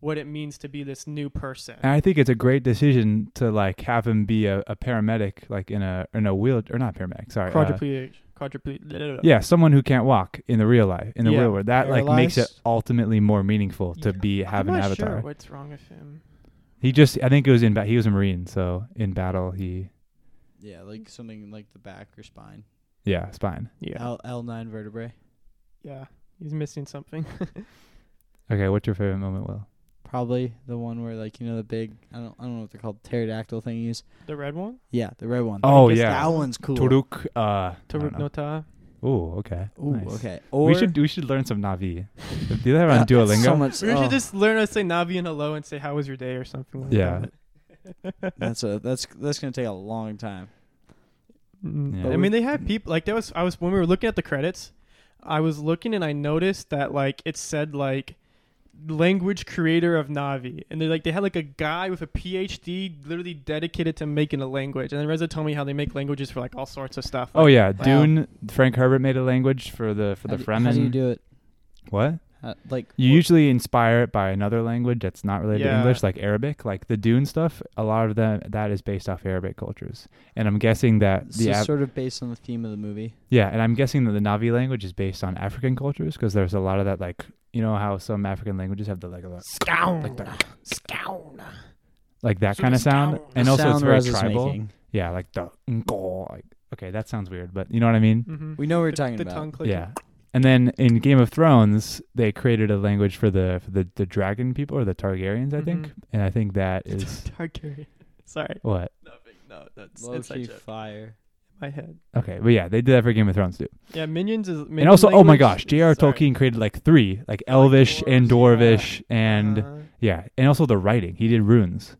Speaker 1: what it means to be this new person.
Speaker 2: and I think it's a great decision to like have him be a, a paramedic, like in a in a wheel or not paramedic. Sorry. uh,
Speaker 1: quadriplegic, quadriplegic.
Speaker 2: yeah, someone who can't walk in the real life, in the
Speaker 1: Yeah.
Speaker 2: real world. That like makes it
Speaker 3: Paralyzed.
Speaker 2: ultimately more meaningful to
Speaker 1: Yeah.
Speaker 2: be have
Speaker 1: I'm
Speaker 2: an
Speaker 1: not
Speaker 2: avatar.
Speaker 1: Sure what's wrong with him?
Speaker 2: He just, I think it was in ba- he was a marine, so in battle he
Speaker 3: Yeah, like something like the back or spine.
Speaker 2: yeah spine.
Speaker 1: Yeah.
Speaker 3: L L nine vertebrae.
Speaker 1: Oh, yeah, he's missing something.
Speaker 2: Okay, what's your favorite moment, Will?
Speaker 3: Probably the one where like you know the big I don't I don't know what they're called pterodactyl thingies.
Speaker 1: the red one,
Speaker 3: Yeah, the red one.
Speaker 2: Oh
Speaker 4: Guess
Speaker 2: yeah,
Speaker 4: that one's cool.
Speaker 2: Toruk. Uh, I don't
Speaker 1: Taruk
Speaker 2: know.
Speaker 1: Nota.
Speaker 2: Ooh, okay.
Speaker 3: Ooh,
Speaker 2: nice.
Speaker 3: okay. Or
Speaker 2: we should we should learn some Navi. Do they have it
Speaker 3: Uh,
Speaker 2: on Duolingo?
Speaker 3: So much.
Speaker 1: We
Speaker 3: oh,
Speaker 1: should just learn how to say Navi and hello and say how was your day or something. Like
Speaker 2: Yeah.
Speaker 1: That.
Speaker 3: that's a that's that's gonna take a long time.
Speaker 1: Mm.
Speaker 2: Yeah.
Speaker 1: I mean, they have people like there was. I was when we were looking at the credits, I was looking and I noticed that like it said like language creator of Navi, and they like they had like a guy with a PhD literally dedicated to making a language. And then Reza told me how they make languages for like all sorts of stuff.
Speaker 2: oh
Speaker 1: Like,
Speaker 2: yeah, Dune. Frank Herbert made a language for the for
Speaker 3: How
Speaker 2: the
Speaker 3: do-
Speaker 2: Fremen.
Speaker 3: How do you do it?
Speaker 2: what?
Speaker 3: How, like
Speaker 2: You
Speaker 3: wh-
Speaker 2: usually inspire it by another language that's not related to
Speaker 1: Yeah.
Speaker 2: English, like Arabic. Like the Dune stuff, a lot of that that is based off Arabic cultures. And I'm guessing that
Speaker 3: so
Speaker 2: the Af-
Speaker 3: sort of based on the theme of the movie.
Speaker 2: yeah, and I'm guessing that the Navi language is based on African cultures because there's a lot of that like you know how some African languages have the like a lot- like the, like that kind of sound, and
Speaker 3: The
Speaker 2: also
Speaker 3: sound
Speaker 2: it's very
Speaker 3: Rez is
Speaker 2: tribal.
Speaker 3: making.
Speaker 2: Yeah, like the ngo, like okay, that sounds weird, but you know what I mean?
Speaker 1: Mhm.
Speaker 3: We know what we're
Speaker 1: The-
Speaker 3: talking
Speaker 1: the
Speaker 3: about.
Speaker 1: tongue clicking.
Speaker 2: Yeah. And then in Game of Thrones, they created a language for the for the, the dragon people or the Targaryens, I think.
Speaker 3: Mm-hmm.
Speaker 1: Mhm.
Speaker 2: And I think that is
Speaker 1: Targaryen. Sorry.
Speaker 2: what?
Speaker 1: Nothing. No, that's
Speaker 3: Low
Speaker 1: it's
Speaker 3: key
Speaker 1: like in
Speaker 3: fire.
Speaker 1: my head.
Speaker 2: Okay, but yeah, they did that for Game of Thrones too.
Speaker 1: Yeah, minions is. Minion
Speaker 2: and also, oh my
Speaker 1: language
Speaker 2: gosh,
Speaker 1: is-
Speaker 2: J.R.
Speaker 1: sorry.
Speaker 2: Tolkien created like three, like Elvish and
Speaker 1: dwarves,
Speaker 2: Dwarvish, and
Speaker 1: Uh,
Speaker 2: yeah, and also the writing. He did runes.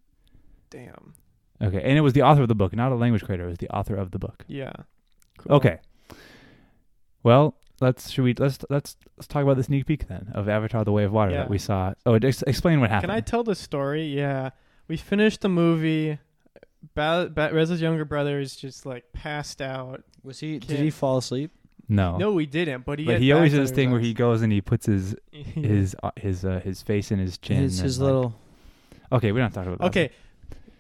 Speaker 1: damn.
Speaker 2: Okay, and it was the author of the book, not a language creator. It was the author of the book.
Speaker 1: Yeah. Cool.
Speaker 2: Okay. Well, let's should we let's let's let's talk about the sneak peek then of Avatar: The Way of Water
Speaker 1: Yeah.
Speaker 2: that we saw. Oh, ex- explain what happened.
Speaker 1: Can I tell the story? Yeah, we finished the movie. Ba- ba- Reza's younger brother is just like passed out.
Speaker 3: Was he? Did
Speaker 1: Can't-
Speaker 3: he fall asleep?
Speaker 2: no.
Speaker 1: No, we didn't. But he.
Speaker 2: Oh. But
Speaker 1: had
Speaker 2: he
Speaker 1: bags
Speaker 2: always does this
Speaker 1: under
Speaker 2: thing where he
Speaker 1: his
Speaker 2: goes and he puts his
Speaker 1: eyes.
Speaker 2: his uh, his uh, his face in his chin.
Speaker 3: his
Speaker 2: and,
Speaker 3: his
Speaker 2: like-
Speaker 3: little.
Speaker 2: Okay, we don't have to talk about that.
Speaker 1: okay,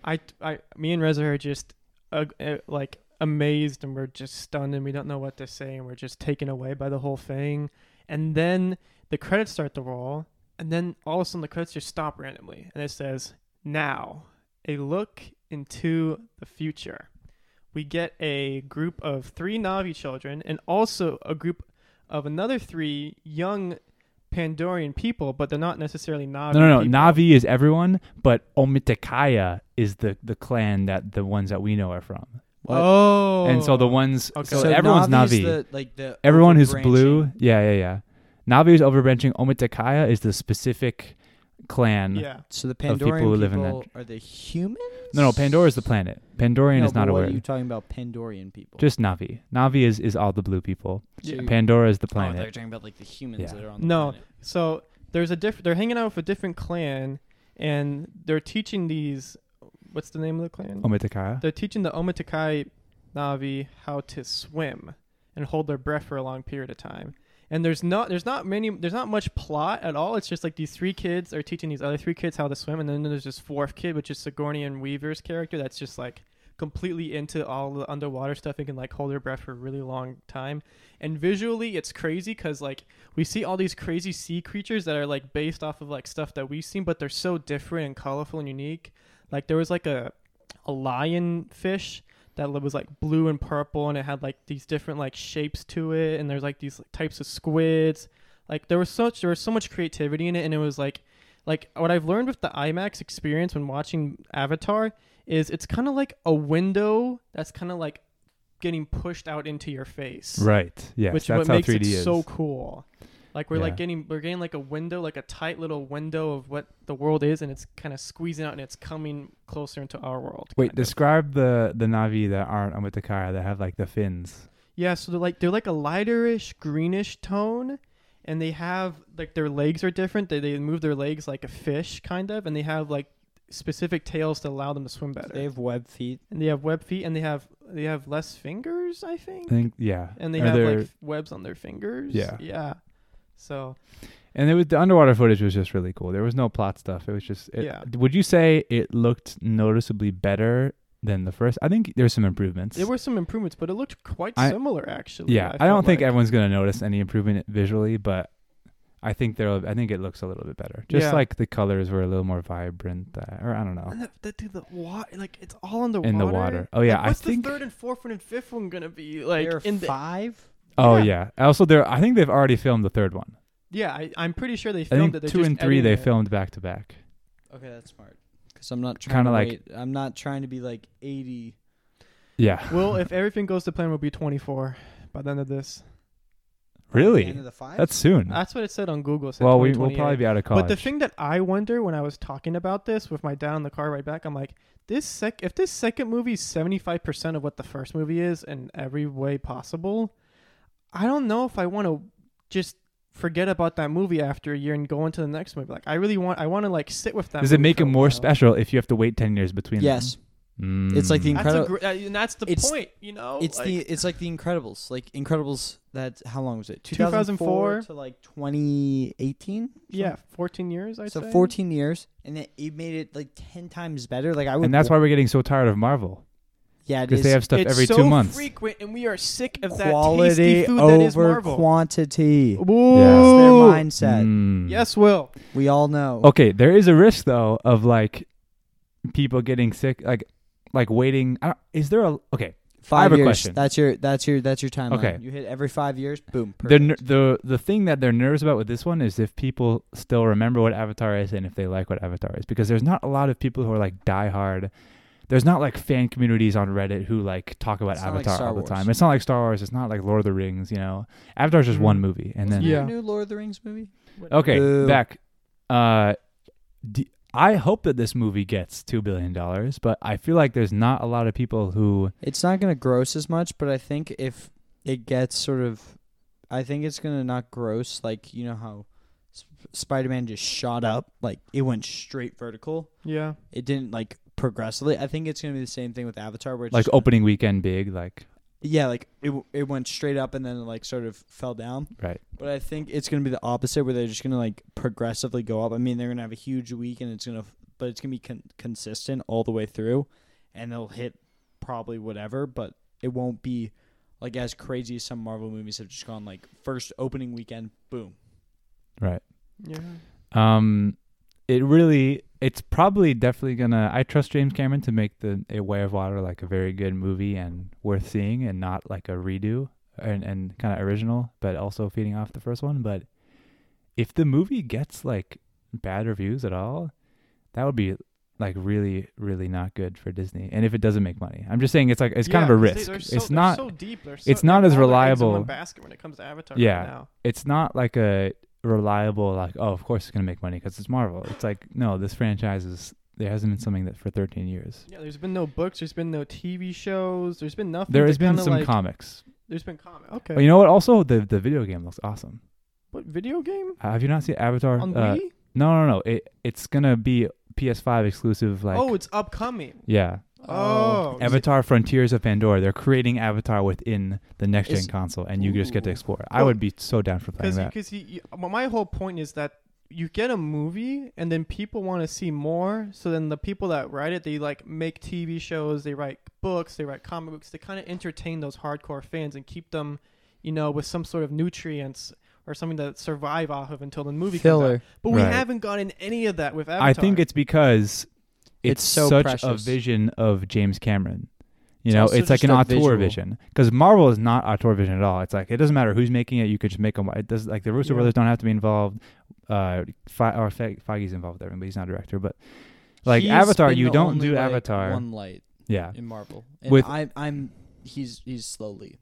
Speaker 1: I, I, me and Reza are just, uh, uh, like amazed and we're just stunned and we don't know what to say and we're just taken away by the whole thing. And then the credits start to roll, and then all of a sudden the credits just stop randomly and it says now a look into the future. We get a group of three Navi children and also a group of another three young Pandorian people, but they're not necessarily Navi.
Speaker 2: No, no, no.
Speaker 1: people.
Speaker 2: Navi is everyone, but Omitakaya is the the clan that the ones that we know are from.
Speaker 3: What?
Speaker 1: Oh.
Speaker 2: And so the ones,
Speaker 1: Okay.
Speaker 2: so,
Speaker 1: So
Speaker 2: everyone's
Speaker 3: Navi's
Speaker 2: Navi.
Speaker 3: the- like the
Speaker 2: everyone who's
Speaker 3: overbranching.
Speaker 2: blue, yeah, yeah, yeah. Navi is overbenching. Omitakaya is the specific clan.
Speaker 1: Yeah.
Speaker 3: So the Pandorian
Speaker 2: of people who live in that-
Speaker 3: are they humans?
Speaker 2: No, no. Pandora is the planet. Pandorian
Speaker 3: No,
Speaker 2: is not
Speaker 3: but
Speaker 2: a
Speaker 3: what
Speaker 2: word.
Speaker 3: Are you talking about Pandorian people?
Speaker 2: Just Navi. Navi is is all the blue people.
Speaker 3: So
Speaker 1: Yeah.
Speaker 3: you-
Speaker 2: Pandora is the
Speaker 3: oh, I thought you were
Speaker 2: planet.
Speaker 3: talking about like the humans
Speaker 2: Yeah.
Speaker 3: that are on the
Speaker 1: No.
Speaker 3: planet.
Speaker 1: So there's a different. They're hanging out with a different clan, and they're teaching these. What's the name of the clan?
Speaker 2: Omitakaya.
Speaker 1: They're teaching the Omatakai Navi how to swim and hold their breath for a long period of time. And there's not there's not many there's not much plot at all. It's just like these three kids are teaching these other three kids how to swim, and then there's this fourth kid, which is Sigourney and Weaver's character, that's just like completely into all the underwater stuff and can like hold her breath for a really long time. And visually, it's crazy because like we see all these crazy sea creatures that are like based off of like stuff that we've seen, but they're so different and colorful and unique. Like there was like a a lion fish that li- was like blue and purple and it had like these different like shapes to it and there's like these like, types of squids like there was such there was so much creativity in it and it was like like what i've learned with the imax experience when watching avatar is it's kind of like a window that's kind of like getting pushed out into your face
Speaker 2: Right. Yes.
Speaker 1: which
Speaker 2: that's
Speaker 1: what
Speaker 2: how
Speaker 1: makes
Speaker 2: 3D
Speaker 1: it
Speaker 2: is.
Speaker 1: so cool. Like we're
Speaker 2: Yeah.
Speaker 1: like getting we're getting like a window, like a tight little window of what the world is, and it's kind of squeezing out, and it's coming closer into our world.
Speaker 2: Wait,
Speaker 1: kind of.
Speaker 2: describe the the Navi that aren't Omitakaya that have like the fins.
Speaker 1: Yeah, so they're like they're like a lighterish greenish tone, and they have like their legs are different. They they move their legs like a fish kind of, and they have like specific tails to allow them to swim better.
Speaker 3: They have web feet.
Speaker 1: and they have web feet, and they have they have less fingers, I
Speaker 2: I
Speaker 1: think.
Speaker 2: think yeah.
Speaker 1: and they
Speaker 2: Or
Speaker 1: have
Speaker 2: they're-
Speaker 1: like f- webs on their fingers.
Speaker 2: Yeah.
Speaker 1: yeah. So
Speaker 2: and it was the underwater footage was just really cool. There was no plot stuff. It was just it,
Speaker 1: Yeah.
Speaker 2: Would you say it looked noticeably better than the first? I think there's some improvements.
Speaker 1: There were some improvements, but it looked quite
Speaker 2: I-
Speaker 1: similar actually.
Speaker 2: yeah, I, don't
Speaker 1: felt
Speaker 2: think
Speaker 1: like.
Speaker 2: everyone's gonna notice any improvement visually, but I think there. I think it looks a little bit better. Just
Speaker 1: Yeah.
Speaker 2: like the colors were a little more vibrant, uh, or I don't know.
Speaker 1: And the, the, dude, the water, like it's all in the water.
Speaker 2: In the water. Oh, yeah,
Speaker 1: Like,
Speaker 2: I
Speaker 1: what's
Speaker 2: think-
Speaker 1: the third and fourth one and fifth one gonna be like?
Speaker 3: there are
Speaker 1: in the,
Speaker 3: five.
Speaker 2: Oh
Speaker 1: Yeah.
Speaker 2: yeah. Also, there. I think they've already filmed the third one.
Speaker 1: Yeah, I, I'm pretty sure they
Speaker 2: I
Speaker 1: filmed
Speaker 2: think
Speaker 1: it. They're
Speaker 2: two
Speaker 1: just
Speaker 2: and three
Speaker 1: editing
Speaker 2: they
Speaker 1: it.
Speaker 2: filmed back to back.
Speaker 3: Okay, that's smart. Because I'm not trying
Speaker 2: Kinda
Speaker 3: to
Speaker 2: like-
Speaker 3: wait. I'm not trying to be like 80.
Speaker 2: Yeah.
Speaker 1: Well, if everything goes to plan, we'll be 24 by the end of this.
Speaker 3: the end
Speaker 2: really?
Speaker 3: of the five.
Speaker 2: That's soon.
Speaker 1: That's what it said on Google. it said
Speaker 2: well, we will
Speaker 1: 2028.
Speaker 2: probably be out of college.
Speaker 1: But the thing that I wonder when I was talking about this with my dad in the car right back, I'm like, this sec if this second movie is 75% of what the first movie is in every way possible, I don't know if I want to just forget about that movie after a year and go into the next movie. Like I really want I want to like sit with that.
Speaker 2: Does it
Speaker 1: movie
Speaker 2: make
Speaker 1: for
Speaker 2: it
Speaker 1: a
Speaker 2: more
Speaker 1: while.
Speaker 2: special if you have to wait ten years between? them?
Speaker 3: yes. It's like the
Speaker 2: Mm.
Speaker 3: inc-
Speaker 1: That's a
Speaker 3: Incredi-
Speaker 1: gr- uh, and that's the
Speaker 3: It's-
Speaker 1: point, you know?
Speaker 3: It's
Speaker 1: Like,
Speaker 3: the it's like the Incredibles. Like Incredibles. That how long was it?
Speaker 1: 2004
Speaker 3: to like 2018.
Speaker 1: yeah, 14 years I
Speaker 3: So
Speaker 1: say.
Speaker 3: 14 years, and it, it made it like 10 times better. Like I would.
Speaker 2: and that's why we're getting so tired of Marvel
Speaker 3: Yeah, it
Speaker 2: because
Speaker 3: is
Speaker 2: they have stuff
Speaker 1: it's
Speaker 2: every
Speaker 1: so
Speaker 2: two months.
Speaker 1: frequent and we are sick of that
Speaker 3: quality
Speaker 1: tasty food that is
Speaker 3: over
Speaker 1: Marvel.
Speaker 3: quantity. It's their
Speaker 1: Ooh.
Speaker 3: mindset.
Speaker 2: Mm.
Speaker 1: Yes, Will.
Speaker 3: We all know.
Speaker 2: Okay, there is a risk though of like people getting sick, like like waiting. I don't, is there a okay? I
Speaker 3: Five
Speaker 2: have a
Speaker 3: years.
Speaker 2: question.
Speaker 3: That's your that's your that's your timeline.
Speaker 2: Okay.
Speaker 3: You hit every five years. Boom.
Speaker 2: The,
Speaker 3: Perfect.
Speaker 2: ner- the the thing that they're nervous about with this one is if people still remember what Avatar is and if they like what Avatar is because there's not a lot of people who are like diehard. There's not like fan communities on Reddit who like talk about
Speaker 3: It's not like
Speaker 2: Avatar
Speaker 3: Star
Speaker 2: all the
Speaker 3: Wars.
Speaker 2: time. It's not like Star Wars. It's not like Lord of the Rings. You know, Avatar's just
Speaker 3: Mm.
Speaker 1: Mhm.
Speaker 2: one movie, and then
Speaker 1: Yeah.
Speaker 3: New Lord of the Rings movie.
Speaker 2: Okay,
Speaker 3: Boo.
Speaker 2: back. Uh, d I I hope that this movie gets two billion dollars, but I feel like there's not a lot of people who.
Speaker 3: It's not going to gross as much, but I think if it gets sort of, I think it's going to not gross. Like you know how Sp- Spider-Man just shot up, like it went straight vertical.
Speaker 1: Yeah.
Speaker 3: It didn't like progressively. I think it's going to be the same thing with Avatar, where it's
Speaker 2: like
Speaker 3: just-
Speaker 2: opening weekend big like
Speaker 3: yeah, like it w- it went straight up and then it, like sort of fell down.
Speaker 2: right
Speaker 3: But I think it's going to be the opposite, where they're just going to like progressively go up. I mean, they're going to have a huge week, and it's going to, but it's going to be con- consistent all the way through, and they'll hit probably whatever, but it won't be like as crazy as some Marvel movies have just gone like first opening weekend, boom.
Speaker 1: Yeah.
Speaker 2: um it really it's probably definitely gonna i trust james cameron to make the a way of water like a very good movie and worth seeing and not like a redo and and kind of original but also feeding off the first one but if the movie gets like bad reviews at all that would be like really really not good for disney and if it doesn't make money i'm just saying it's like it's kind of a
Speaker 1: 'cause
Speaker 2: risk
Speaker 1: they- they're so-
Speaker 2: it's
Speaker 1: they're
Speaker 2: not
Speaker 1: so deep, they're so-
Speaker 2: it's
Speaker 1: they're
Speaker 2: not as
Speaker 1: all their eggs in
Speaker 2: reliable.
Speaker 1: one basket when it comes to Avatar. right
Speaker 2: Yeah.
Speaker 1: now.
Speaker 2: it's not like a reliable like oh of course it's gonna make money because it's Marvel. It's like no, this franchise is there hasn't been something that for 13 years.
Speaker 1: Yeah. There's been no books. There's been no TV shows. There's been nothing.
Speaker 2: There
Speaker 1: to
Speaker 2: has been
Speaker 1: kinda,
Speaker 2: some
Speaker 1: like-
Speaker 2: comics.
Speaker 1: There's been comic. Okay.
Speaker 2: But you know what? Also, the the video game looks awesome.
Speaker 1: what video game
Speaker 2: Uh, Have you not seen Avatar?
Speaker 1: on
Speaker 2: Uh,
Speaker 1: Wii?
Speaker 2: no, no, no. It it's gonna be PS5 exclusive. Like
Speaker 1: oh, it's upcoming.
Speaker 2: yeah,
Speaker 1: Oh.
Speaker 3: Is it-
Speaker 2: Avatar Frontiers of Pandora. They're creating Avatar within the next
Speaker 3: Is-
Speaker 2: gen console, and you just get to
Speaker 3: Ooh.
Speaker 2: explore. I
Speaker 1: Well,
Speaker 2: would be so down for playing
Speaker 1: Because
Speaker 2: that.
Speaker 1: because my whole point is that you get a movie and then people want to see more. So then the people that write it, they like make TV shows, they write books, they write comic books. They kind of entertain those hardcore fans and keep them, you know, with some sort of nutrients or something to survive off of until the movie comes out. But we
Speaker 2: Right.
Speaker 1: haven't gotten any of that with Avatar.
Speaker 2: I think it's because it's,
Speaker 3: It's so
Speaker 2: such a
Speaker 3: precious.
Speaker 2: vision of James Cameron. You
Speaker 3: It's
Speaker 2: know,
Speaker 3: also
Speaker 2: it's like
Speaker 3: just
Speaker 2: an
Speaker 3: a
Speaker 2: auteur
Speaker 3: visual.
Speaker 2: vision because Marvel is not auteur vision at all. It's like it doesn't matter who's making it; you could just make them. It does like the Russo
Speaker 1: Yeah.
Speaker 2: brothers don't have to be involved. Uh, Fe- or Fe- Feige's involved with everything, but he's not a director. But like Avatar, you don't do Avatar.
Speaker 3: One light
Speaker 2: yeah,
Speaker 3: in Marvel.
Speaker 2: And
Speaker 3: And
Speaker 2: With-
Speaker 3: I'm I'm he's he's slowly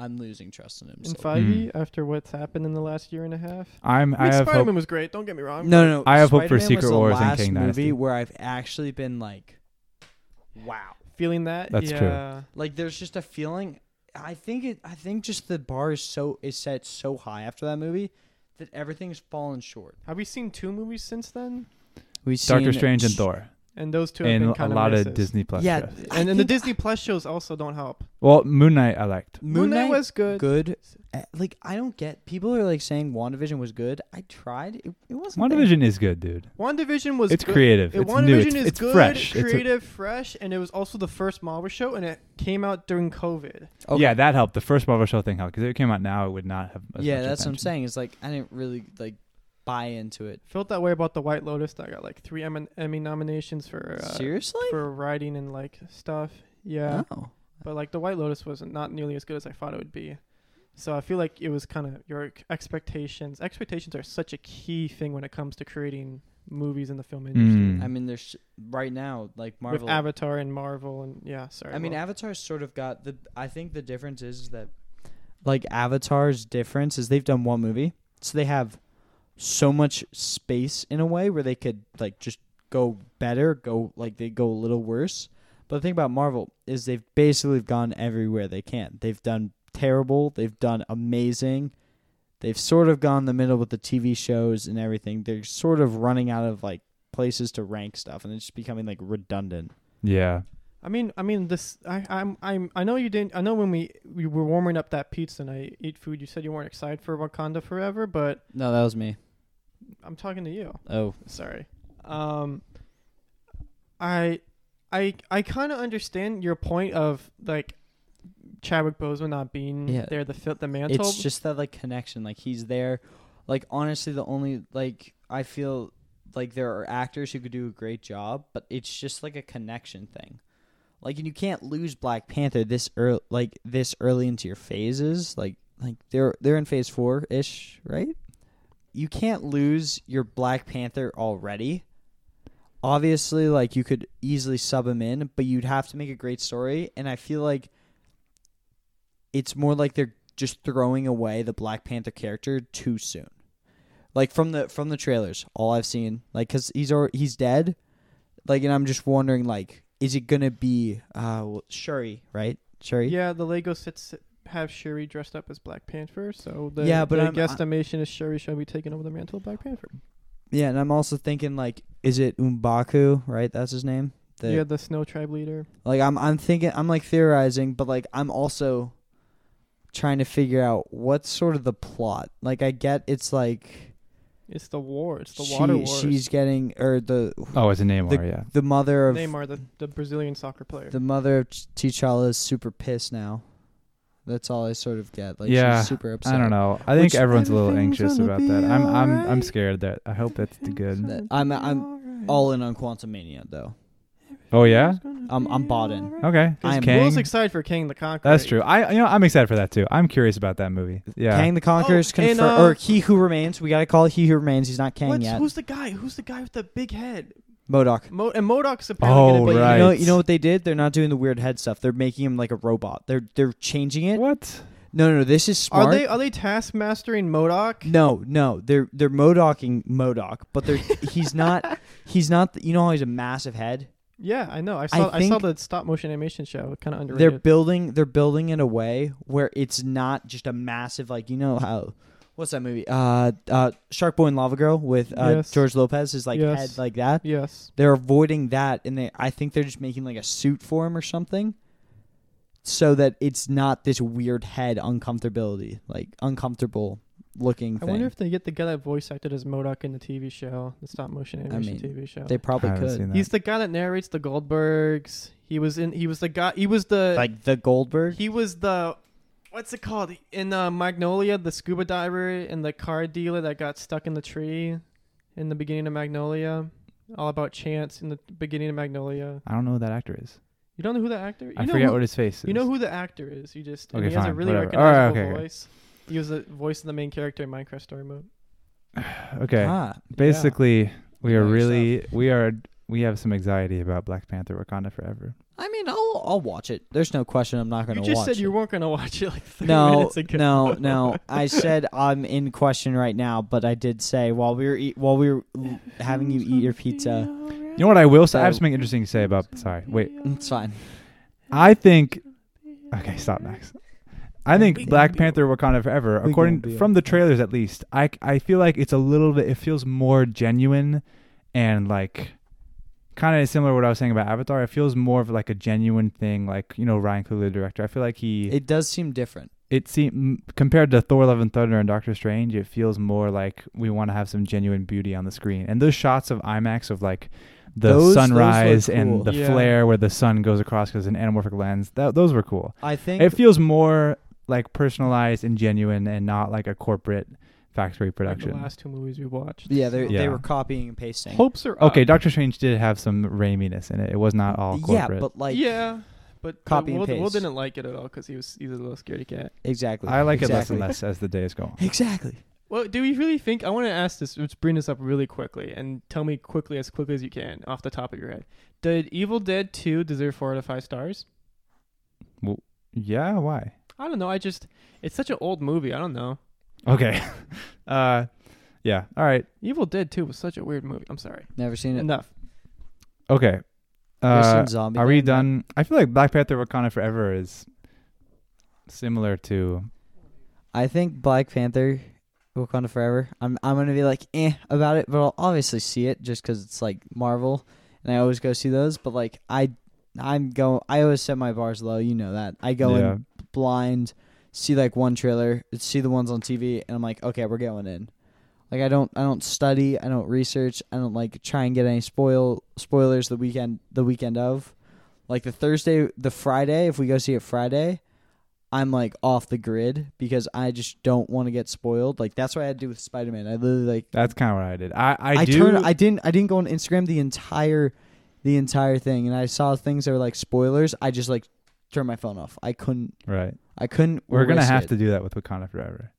Speaker 3: I'm losing trust in him.
Speaker 1: in Feige after what's happened in the last year and a half.
Speaker 2: I'm.
Speaker 1: I mean,
Speaker 2: mm. I have
Speaker 1: Spider
Speaker 2: hope.
Speaker 1: Man was great. Don't get me wrong.
Speaker 3: No, no, no.
Speaker 2: I have hope for
Speaker 3: Spider-Man
Speaker 2: Secret
Speaker 3: was the
Speaker 2: Wars and
Speaker 3: last
Speaker 2: King
Speaker 3: movie
Speaker 2: Dynasty.
Speaker 3: where I've actually been like, wow.
Speaker 1: feeling that.
Speaker 2: That's true.
Speaker 1: yeah.
Speaker 3: Like there's just a feeling. I think it. I think just the bar is so is set so high after that movie that everything's fallen short.
Speaker 1: Have we seen two movies since then?
Speaker 3: We
Speaker 2: Doctor Strange and Thor,
Speaker 1: And those two have
Speaker 2: and
Speaker 1: been
Speaker 2: a
Speaker 1: kind
Speaker 2: lot
Speaker 1: misses.
Speaker 2: of Disney Plus
Speaker 3: Yeah,
Speaker 2: shows.
Speaker 3: I
Speaker 1: and, and the
Speaker 3: think-
Speaker 1: Disney Plus shows also don't help.
Speaker 2: Well, Moon Knight I liked.
Speaker 1: Moon Knight was good.
Speaker 3: good. Uh, Like I don't get people are like saying WandaVision was good. I tried. It, it wasn't. that-
Speaker 2: WandaVision is good, dude.
Speaker 1: WandaVision was
Speaker 2: It's
Speaker 1: good.
Speaker 2: creative.
Speaker 1: It,
Speaker 2: It's
Speaker 1: WandaVision
Speaker 2: new. It's,
Speaker 1: is
Speaker 2: it's
Speaker 1: good,
Speaker 2: fresh. It's a-
Speaker 1: creative, fresh, and it was also the first Marvel show, and it came out during COVID.
Speaker 3: Okay.
Speaker 2: Yeah, that helped. The first Marvel show thing helped because if it came out now, it would not have. As
Speaker 3: yeah,
Speaker 2: much
Speaker 3: that's what I'm
Speaker 2: attention.
Speaker 3: saying. It's like I didn't really like buy into it.
Speaker 1: Felt that way about the White Lotus. That got like three Emmy, Emmy nominations for uh,
Speaker 3: Seriously?
Speaker 1: for writing and like stuff. Yeah,
Speaker 3: No.
Speaker 1: but like the White Lotus was not nearly as good as I thought it would be. So I feel like it was kind of your expectations. Expectations are such a key thing when it comes to creating movies in the film industry.
Speaker 2: Mm.
Speaker 5: I mean, there's right now like Marvel.
Speaker 1: With Avatar and Marvel and yeah, sorry.
Speaker 5: I mean,
Speaker 1: well,
Speaker 5: Avatar's sort of got the. I think the difference is that
Speaker 3: like Avatar's difference is they've done one movie, so they have so much space in a way where they could like just go better, go like they go a little worse. But the thing about Marvel is they've basically gone everywhere they can. They've done terrible, they've done amazing. They've sort of gone the middle with the TV shows and everything. They're sort of running out of like places to rank stuff and it's just becoming like redundant.
Speaker 2: Yeah.
Speaker 1: I mean, I mean this. I, I'm, I'm. I know you didn't. I know when we we were warming up that pizza and I eat food. You said you weren't excited for Wakanda Forever, but
Speaker 3: No, that was me.
Speaker 1: I'm talking to you.
Speaker 3: Oh.
Speaker 1: Sorry. Um, I, I, I kind of understand your point of like Chadwick Boseman not being
Speaker 3: Yeah.
Speaker 1: there to fit the mantle.
Speaker 3: It's just that like connection. Like he's there. Like honestly, the only like I feel like there are actors who could do a great job, but it's just like a connection thing. Like and you can't lose Black Panther this early, like this early into your phases. Like like they're they're in phase four ish, right? You can't lose your Black Panther already. Obviously, like you could easily sub him in, but you'd have to make a great story. And I feel like it's more like they're just throwing away the Black Panther character too soon. Like from the from the trailers, all I've seen, like because he's already, he's dead, like, and I'm just wondering, like, is it gonna be uh well, Shuri, right? Shuri.
Speaker 1: yeah, the Lego sets have Shuri dressed up as Black Panther, so the,
Speaker 3: Yeah, but
Speaker 1: the
Speaker 3: I'm- I-
Speaker 1: guesstimation is Shuri should be taking over the mantle of Black Panther.
Speaker 3: Yeah, and I'm also thinking, like, is it Umbaku, right? That's his name. The-
Speaker 1: yeah, the Snow Tribe leader.
Speaker 3: Like I'm I'm thinking I'm like theorizing, but like I'm also trying to figure out what's sort of the plot. Like I get it's like
Speaker 1: It's the war. It's the
Speaker 3: she,
Speaker 1: water wars.
Speaker 3: she's getting or the
Speaker 2: Oh, it's a Namor. yeah.
Speaker 3: the mother of
Speaker 1: Neymar, the, the Brazilian soccer player.
Speaker 3: the mother of T- T'Challa is super pissed now. That's all I sort of get. Like
Speaker 2: Yeah,
Speaker 3: she's super upset.
Speaker 2: I don't know. I think
Speaker 3: Which
Speaker 2: everyone's a little
Speaker 1: everything's
Speaker 2: anxious
Speaker 1: gonna
Speaker 2: about
Speaker 1: be
Speaker 2: that. I'm I'm I'm
Speaker 1: alright.
Speaker 2: scared that. I hope that's the good.
Speaker 3: That- I'm I'm all in on Quantumania though.
Speaker 2: Oh yeah.
Speaker 3: I'm I'm bought in.
Speaker 2: Okay.
Speaker 3: I am-
Speaker 2: Kang.
Speaker 1: Will's excited for King the Conqueror.
Speaker 2: That's true. I you know I'm excited for that too. I'm curious about that movie. Yeah.
Speaker 3: Kang the Conqueror's
Speaker 1: Oh, and,
Speaker 3: confirmed,
Speaker 1: uh,
Speaker 3: or He Who Remains. We gotta call it He Who Remains. He's not Kang
Speaker 1: What's,
Speaker 3: yet.
Speaker 1: who's the guy? Who's the guy with the big head?
Speaker 3: Modoc.
Speaker 1: Mo- and Modoc's apparently
Speaker 2: Oh,
Speaker 1: gonna
Speaker 3: But
Speaker 1: be.
Speaker 2: right.
Speaker 3: you know, you know what they did? They're not doing the weird head stuff. They're making him like a robot. They're they're changing it.
Speaker 2: What?
Speaker 3: No, no, this is smart.
Speaker 1: Are they are they taskmastering Modoc?
Speaker 3: No, no, they're they're Modocking Modoc, but they're he's not he's not. You know how he's a massive head.
Speaker 1: Yeah, I know. I saw I, saw
Speaker 3: think-
Speaker 1: the stop motion animation show. Kind of
Speaker 3: They're
Speaker 1: underrated.
Speaker 3: building they're building in a way where it's not just a massive like you know how what's that movie uh uh Shark Boy and Lava Girl with uh,
Speaker 1: Yes.
Speaker 3: George Lopez is like
Speaker 1: Yes.
Speaker 3: head like that.
Speaker 1: yes.
Speaker 3: They're avoiding that, and they I think they're just making like a suit for him or something, so that it's not this weird head uncomfortability like uncomfortable looking
Speaker 1: I
Speaker 3: thing.
Speaker 1: wonder if they get the guy that voice acted as Modoc in the TV show, the stop motion animation
Speaker 3: mean,
Speaker 1: TV show.
Speaker 3: they probably
Speaker 2: I haven't
Speaker 3: could.
Speaker 2: seen that.
Speaker 1: He's the guy that narrates the Goldbergs. He was in. He was the guy. He was the
Speaker 3: Like the Goldberg.
Speaker 1: He was the what's it called in uh, Magnolia, the scuba diver and the car dealer that got stuck in the tree in the beginning of Magnolia. All about chance in the beginning of Magnolia.
Speaker 2: I don't know who that actor is.
Speaker 1: You don't know who the actor? You
Speaker 2: I
Speaker 1: know
Speaker 2: forget
Speaker 1: who,
Speaker 2: what his face is.
Speaker 1: you know who the actor is. You just and
Speaker 2: Okay,
Speaker 1: he has a
Speaker 2: fine,
Speaker 1: really
Speaker 2: whatever. All right,
Speaker 1: recognizable
Speaker 2: okay, okay.
Speaker 1: voice. He was the voice of the main character in Minecraft Story Mode.
Speaker 2: Okay.
Speaker 3: Ah,
Speaker 2: Basically, we
Speaker 3: You
Speaker 2: are
Speaker 3: know
Speaker 2: really we are we have some anxiety about Black Panther Wakanda Forever.
Speaker 3: I mean, I'll I'll watch it. There's no question. I'm not
Speaker 1: You
Speaker 3: gonna.
Speaker 1: just
Speaker 3: watch
Speaker 1: said
Speaker 3: it.
Speaker 1: you weren't gonna watch it like three
Speaker 3: No,
Speaker 1: minutes ago.
Speaker 3: no, no. I said I'm in question right now, but I did say while we were eat, while we were l- having you eat your pizza,
Speaker 2: You know what I will say? I have
Speaker 3: So-
Speaker 2: something interesting to say about sorry. Wait.
Speaker 3: it's fine.
Speaker 2: I think Okay, stop Max. I think Black Panther Wakanda Forever,
Speaker 3: We
Speaker 2: according
Speaker 3: gonna be
Speaker 2: from the trailers at least, I I feel like it's a little bit it feels more genuine and like kind of similar to what I was saying about Avatar. It feels more of like a genuine thing like, you know, Ryan Coogler the director. I feel like he
Speaker 3: It does seem different.
Speaker 2: it seemed compared to Thor: Love and Thunder and Doctor Strange, it feels more like we want to have some genuine beauty on the screen. And those shots of IMAX of like the
Speaker 3: Those- those look
Speaker 2: sunrise
Speaker 3: cool.
Speaker 2: and the
Speaker 1: Yeah.
Speaker 2: flare where the sun goes across because an anamorphic lens, that, those were cool.
Speaker 3: I think
Speaker 2: It feels more like personalized and genuine, and not like a corporate factory
Speaker 1: Like the
Speaker 2: production.
Speaker 1: last two movies we watched.
Speaker 3: yeah, they
Speaker 2: Yeah.
Speaker 3: they were copying and pasting.
Speaker 1: Hopes are up.
Speaker 2: Okay, Doctor Strange did have some Raminess in it. It was not all corporate.
Speaker 3: yeah, but like
Speaker 1: yeah, But
Speaker 4: Copy and
Speaker 1: Will, Will
Speaker 4: paste.
Speaker 1: didn't like it at all because he was he's a little scaredy cat.
Speaker 4: Exactly.
Speaker 2: I like
Speaker 4: exactly.
Speaker 2: it less and less as the days go on.
Speaker 4: Exactly.
Speaker 1: Well, do we really think? I want to ask this. Let's bring this up really quickly and tell me quickly as quickly as you can off the top of your head. Did Evil Dead Two deserve four out of five stars?
Speaker 2: Yeah, why?
Speaker 1: I don't know. I just it's such an old movie. I don't know.
Speaker 2: Okay. uh yeah. All right.
Speaker 1: Evil Dead Two was such a weird movie. I'm sorry.
Speaker 3: Never seen it.
Speaker 1: Enough.
Speaker 2: Okay.
Speaker 3: Never seen
Speaker 2: Uh,
Speaker 3: Zombie
Speaker 2: are we
Speaker 3: Land.
Speaker 2: done? I feel like Black Panther Wakanda Forever is similar to
Speaker 3: I think Black Panther Wakanda Forever. I'm I'm gonna be like eh about it, but I'll obviously see it just because it's like Marvel, and I always go see those. But like I, I'm go. I always set my bars low. You know that. I go
Speaker 2: Yeah.
Speaker 3: in blind, see like one trailer, see the ones on TV, and I'm like, okay, we're going in. Like I don't I don't study, I don't research, I don't like try and get any spoil spoilers the weekend the weekend of. Like the Thursday the Friday, if we go see it Friday, I'm like off the grid because I just don't want to get spoiled. Like that's what I had to do with Spider Man. I literally like
Speaker 2: that's kind of what I did. I I,
Speaker 3: I,
Speaker 2: do
Speaker 3: turned I didn't I didn't go on Instagram the entire the entire thing and I saw things that were like spoilers. I just like turned my phone off. I couldn't
Speaker 2: right.
Speaker 3: I couldn't
Speaker 2: We're gonna
Speaker 3: risk
Speaker 2: have
Speaker 3: it.
Speaker 2: to do that with Wakanda Forever.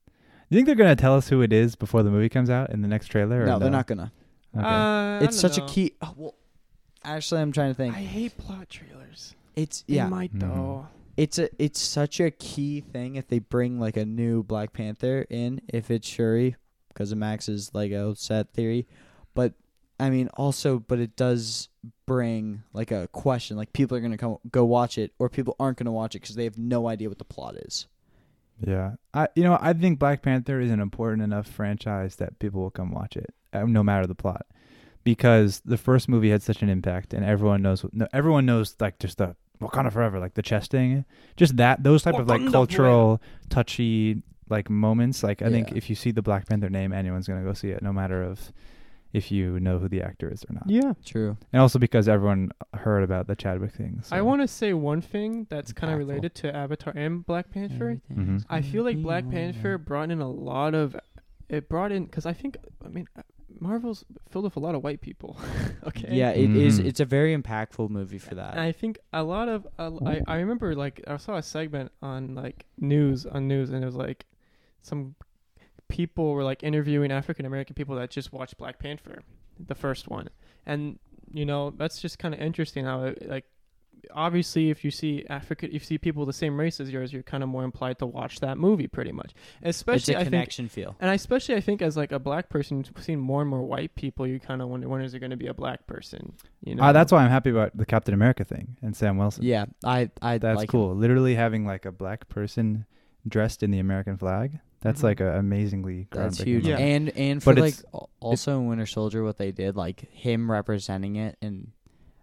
Speaker 2: Do you think they're gonna tell us who it is before the movie comes out in the next trailer? or
Speaker 3: No, they're not gonna.
Speaker 2: Okay.
Speaker 1: Uh, I
Speaker 3: it's
Speaker 1: don't
Speaker 3: such
Speaker 1: know.
Speaker 3: a key oh, well actually I'm trying to think.
Speaker 1: I hate plot trailers.
Speaker 3: It's
Speaker 1: They
Speaker 3: yeah.
Speaker 1: might
Speaker 2: Mhm.
Speaker 1: though.
Speaker 3: it's a it's such a key thing if they bring like a new Black Panther in if it's Shuri because of Max's Lego set theory, but I mean also but it does bring like a question like people are gonna come go watch it or people aren't gonna watch it because they have no idea what the plot is.
Speaker 2: Yeah. I you know, I think Black Panther is an important enough franchise that people will come watch it uh, no matter the plot. Because the first movie had such an impact and everyone knows no, everyone knows like just the Wakanda forever like the chest thing. Just that those type of like
Speaker 1: Wakanda
Speaker 2: cultural touchy like moments like I think
Speaker 3: Yeah.
Speaker 2: if you see the Black Panther name anyone's going to go see it no matter of if you know who the actor is or not.
Speaker 1: Yeah.
Speaker 3: True.
Speaker 2: And also because everyone heard about the Chadwick thing. So.
Speaker 1: I want to say one thing that's kind
Speaker 2: Impactful.
Speaker 1: of related to Avatar and Black Panther. I feel like Black Panther brought in a lot of it brought in because I think I mean uh, Marvel's filled with a lot of white people. okay.
Speaker 3: Yeah, it is.
Speaker 2: Mhm.
Speaker 3: It's a very impactful movie for that.
Speaker 1: And I think a lot of uh, I I remember like I saw a segment on like news on news and it was like some people were like interviewing African American people that just watched Black Panther, the first one, and you know that's just kind of interesting how it, like obviously if you see Africa if you see people the same race as yours you're kind of more implied to watch that movie pretty much
Speaker 3: it's
Speaker 1: especially
Speaker 3: a
Speaker 1: I think
Speaker 3: connection feel.
Speaker 1: and I especially I think as like a black person seeing more and more white people you kind of wonder when is there going to be a black person you know
Speaker 2: Ah, that's why I'm happy about the Captain America thing and Sam Wilson.
Speaker 3: Yeah, I I
Speaker 2: That's
Speaker 3: like it.
Speaker 2: cool. Literally having like a black person dressed in the American flag. That's
Speaker 1: Mhm.
Speaker 2: like a amazingly groundbreaking.
Speaker 3: Mm-hmm. That's huge.
Speaker 1: Yeah.
Speaker 2: moment.
Speaker 3: And and for
Speaker 2: But
Speaker 3: like
Speaker 2: it's-
Speaker 3: al- also in Winter Soldier, what they did, like him representing it and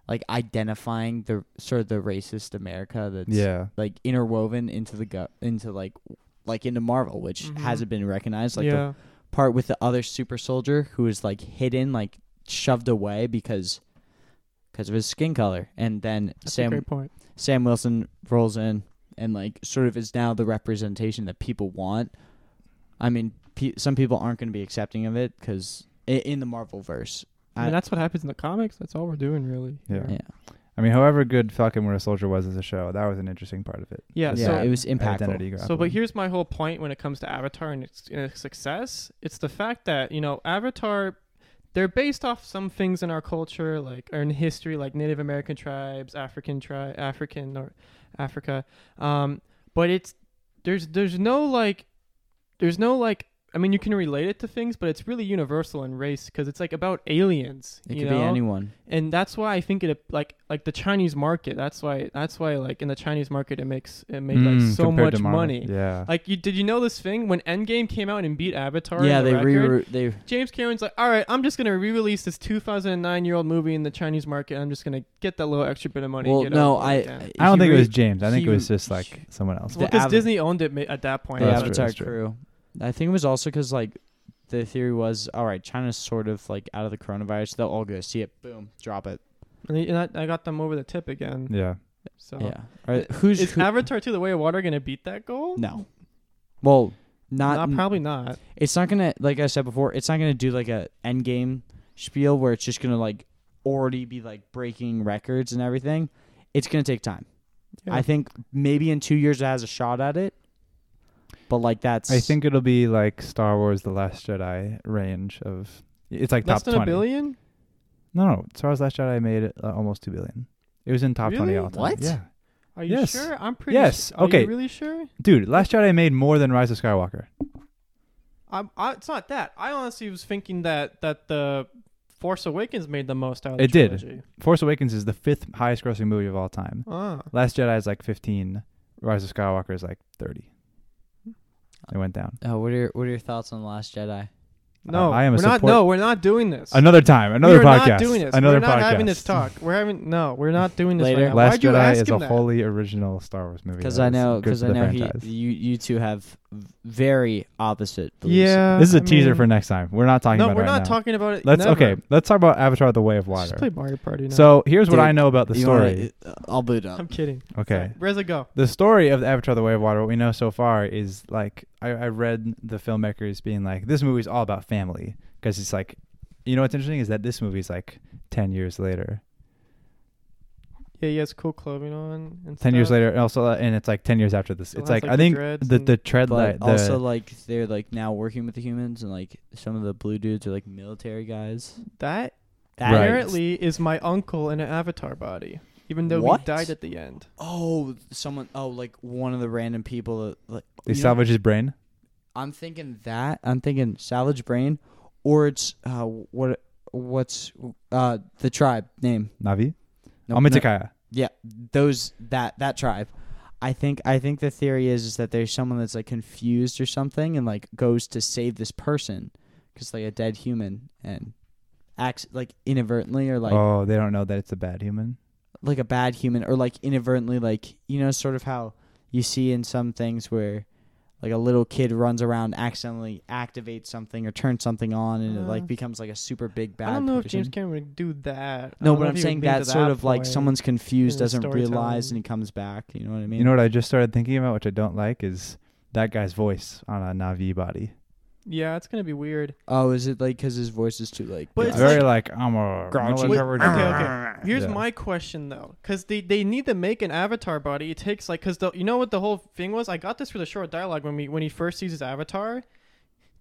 Speaker 3: like identifying the sort of the racist America that's
Speaker 2: Yeah.
Speaker 3: like interwoven into the go- into like like into Marvel, which
Speaker 1: Mhm.
Speaker 3: hasn't been recognized. Like
Speaker 1: yeah
Speaker 3: the part with the other super soldier who is like hidden, like shoved away because because of his skin color, and then
Speaker 1: that's a
Speaker 3: Sam
Speaker 1: great point
Speaker 3: Sam Wilson rolls in and like sort of is now the representation that people want. I mean, pe- some people aren't going to be accepting of it because in the Marvel verse,
Speaker 1: I
Speaker 3: I-
Speaker 1: mean, that's what happens in the comics. That's all we're doing, really. here.
Speaker 2: Yeah.
Speaker 3: yeah,
Speaker 2: I mean, however good Falcon Winter Soldier was as a show, that was an interesting part of it.
Speaker 1: Yeah.
Speaker 3: Yeah,
Speaker 1: so,
Speaker 3: it was impactful.
Speaker 2: Identity
Speaker 1: so,
Speaker 2: grappling.
Speaker 1: but here's my whole point when it comes to Avatar and its, and its success. It's the fact that you know Avatar, they're based off some things in our culture, like or in history, like Native American tribes, African tri- African or Africa. Um, but it's there's there's no like there's no like. I mean, you can relate it to things, but it's really universal in race because it's like about aliens.
Speaker 3: it
Speaker 1: you
Speaker 3: could
Speaker 1: know?
Speaker 3: be anyone.
Speaker 1: and that's why I think it like like the Chinese market. That's why that's why like in the Chinese market it makes it made like
Speaker 2: Mm,
Speaker 1: so
Speaker 2: compared
Speaker 1: much
Speaker 2: to Marvel.
Speaker 1: money.
Speaker 2: Yeah.
Speaker 1: Like you did you know this thing when Endgame came out and beat Avatar?
Speaker 3: yeah,
Speaker 1: in the
Speaker 3: they
Speaker 1: record,
Speaker 3: re they
Speaker 1: James Cameron's like, all right, I'm just gonna re-release this 2009 year old movie in the Chinese market. I'm just gonna get that little extra bit of money.
Speaker 3: well
Speaker 1: and get
Speaker 3: no
Speaker 1: out
Speaker 3: I
Speaker 1: again.
Speaker 2: I don't
Speaker 3: he
Speaker 2: think it
Speaker 3: re-
Speaker 2: was James. I think it
Speaker 3: he-
Speaker 2: was just like someone else.
Speaker 1: Well,
Speaker 3: the
Speaker 1: because
Speaker 3: Ava-
Speaker 1: Disney owned it ma- at that point.
Speaker 3: the
Speaker 2: Oh, that's true,
Speaker 3: Avatar
Speaker 2: that's true.
Speaker 3: crew. I think it was also because like the theory was all right, China's sort of like out of the coronavirus, they'll all go see it, boom, drop it.
Speaker 1: And they- and I, I got them over the tip again.
Speaker 2: Yeah.
Speaker 1: So
Speaker 3: Yeah, all right, who's
Speaker 1: is
Speaker 3: who-
Speaker 1: Avatar 2: The Way of Water gonna beat that goal?
Speaker 3: no, well. Not,
Speaker 1: Not- probably not.
Speaker 3: it's not gonna like I said before, it's not gonna do like a end game spiel where it's just gonna like already be like breaking records and everything. It's gonna take time.
Speaker 2: Yeah.
Speaker 4: I think maybe in two years it has a shot at it. But like that's
Speaker 2: I think it'll be like Star Wars: The Last Jedi range of. It's like
Speaker 1: Less
Speaker 2: top
Speaker 1: than
Speaker 2: twenty.
Speaker 1: a billion?
Speaker 2: No, no, Star Wars: Last Jedi made uh, almost two billion. It was in top twenty
Speaker 1: Really?
Speaker 2: all time.
Speaker 3: What?
Speaker 2: Yeah,
Speaker 1: Are you
Speaker 2: Yes.
Speaker 1: sure? I'm pretty.
Speaker 2: Yes,
Speaker 1: su- Are
Speaker 2: okay.
Speaker 1: You really sure?
Speaker 2: dude, Last Jedi made more than Rise of Skywalker.
Speaker 1: I'm, I, it's not that. I honestly was thinking that that the Force Awakens made the most out of the
Speaker 2: It did.
Speaker 1: trilogy.
Speaker 2: Force Awakens is the fifth highest grossing movie of all time.
Speaker 1: Ah.
Speaker 2: Last Jedi is like fifteen. Rise of Skywalker is like thirty.
Speaker 1: Hmm.
Speaker 2: It went down.
Speaker 3: Oh, what are your, what are your thoughts on the Last Jedi?
Speaker 1: No,
Speaker 2: I am a
Speaker 1: we're not.
Speaker 2: support-
Speaker 1: No, we're not doing this.
Speaker 2: Another time, another
Speaker 1: we're
Speaker 2: podcast.
Speaker 1: not doing this.
Speaker 2: Another
Speaker 1: we're not
Speaker 2: podcast.
Speaker 1: having this talk. We're having no. We're not doing this
Speaker 3: Later.
Speaker 1: right now.
Speaker 2: Last
Speaker 1: Why'd you
Speaker 2: Jedi
Speaker 1: ask
Speaker 2: is
Speaker 1: him
Speaker 2: a
Speaker 1: that?
Speaker 2: wholly original Star Wars movie.
Speaker 3: Because
Speaker 2: that
Speaker 3: I
Speaker 2: is
Speaker 3: know,
Speaker 2: good
Speaker 3: because
Speaker 2: for
Speaker 3: I
Speaker 2: the
Speaker 3: know he,
Speaker 2: franchise.
Speaker 3: you you two have v- very opposite beliefs.
Speaker 1: Yeah.
Speaker 2: This is a
Speaker 1: I
Speaker 2: teaser
Speaker 1: mean-
Speaker 2: for next time. We're not talking
Speaker 1: No,
Speaker 2: about it
Speaker 1: we're
Speaker 2: right
Speaker 1: not
Speaker 2: now.
Speaker 1: talking about it.
Speaker 2: Let's
Speaker 1: never.
Speaker 2: okay. Let's talk about Avatar: The Way of
Speaker 1: Let's
Speaker 2: Water.
Speaker 1: just play Mario Party now.
Speaker 2: So here's what
Speaker 3: Dude,
Speaker 2: I know about the
Speaker 3: You
Speaker 2: story.
Speaker 3: wanna- I'll boot up.
Speaker 1: I'm kidding.
Speaker 2: okay.
Speaker 1: Where's it go?
Speaker 2: The story of the Avatar: The Way of Water. What we know so far is like I, I read the filmmakers being like, this movie's all about family because it's like, you know what's interesting is that this movie's like ten years later.
Speaker 1: Yeah, he has cool clothing on. And
Speaker 2: Ten years
Speaker 1: stuff.
Speaker 2: later, and also, uh, and it's like ten years after this.
Speaker 1: Still
Speaker 2: it's
Speaker 1: has,
Speaker 2: like,
Speaker 1: like,
Speaker 2: I
Speaker 1: the
Speaker 2: think
Speaker 1: dreads
Speaker 2: the
Speaker 1: and-
Speaker 2: the tread
Speaker 3: But
Speaker 2: light. The,
Speaker 3: also, like they're like now working with the humans, and like some of the blue dudes are like military guys.
Speaker 1: That
Speaker 3: That
Speaker 2: Right.
Speaker 1: apparently is my uncle in an avatar body, even though
Speaker 3: What?
Speaker 1: he died at the end.
Speaker 3: Oh, someone. Oh, like one of the random people. That, like
Speaker 2: they
Speaker 3: you know-
Speaker 2: salvage his brain.
Speaker 3: I'm thinking that. I'm thinking salvage brain, or it's uh what what's uh the tribe name?
Speaker 2: Navi. Oh,
Speaker 3: No, no,
Speaker 2: Amitakaya.
Speaker 3: yeah, those that that tribe. I think I think the theory is is that there's someone that's like confused or something and like goes to save this person because like a dead human and acts like inadvertently or like
Speaker 2: oh, they don't know that it's a bad human.
Speaker 3: like a bad human or like inadvertently like you know sort of how you see in some things where like a little kid runs around accidentally activates something or turns something on and it
Speaker 1: Uh,
Speaker 3: like becomes like a super big bad
Speaker 1: I don't know if
Speaker 3: person.
Speaker 1: James Cameron would do that. I
Speaker 3: no
Speaker 1: don't know
Speaker 3: but
Speaker 1: if
Speaker 3: i'm
Speaker 1: he would
Speaker 3: saying
Speaker 1: lean to
Speaker 3: that sort of like
Speaker 1: point.
Speaker 3: someone's confused
Speaker 1: in his
Speaker 3: doesn't realize
Speaker 1: storytelling.
Speaker 3: and he comes back you know what i mean
Speaker 2: You know what I just started thinking about, which I don't like, is that guy's voice on a Navi body.
Speaker 1: Yeah, it's gonna be weird.
Speaker 3: oh is it like because his voice is too like
Speaker 1: But
Speaker 3: big?
Speaker 1: it's
Speaker 2: very like, I'm a
Speaker 3: Grouchy.
Speaker 1: Wait,
Speaker 2: military
Speaker 1: okay,
Speaker 2: general.
Speaker 1: okay. Here's
Speaker 2: Yeah.
Speaker 1: my question though, because they they need to make an avatar body. It takes like because the you know what the whole thing was. I got this for the short dialogue when we when he first sees his avatar.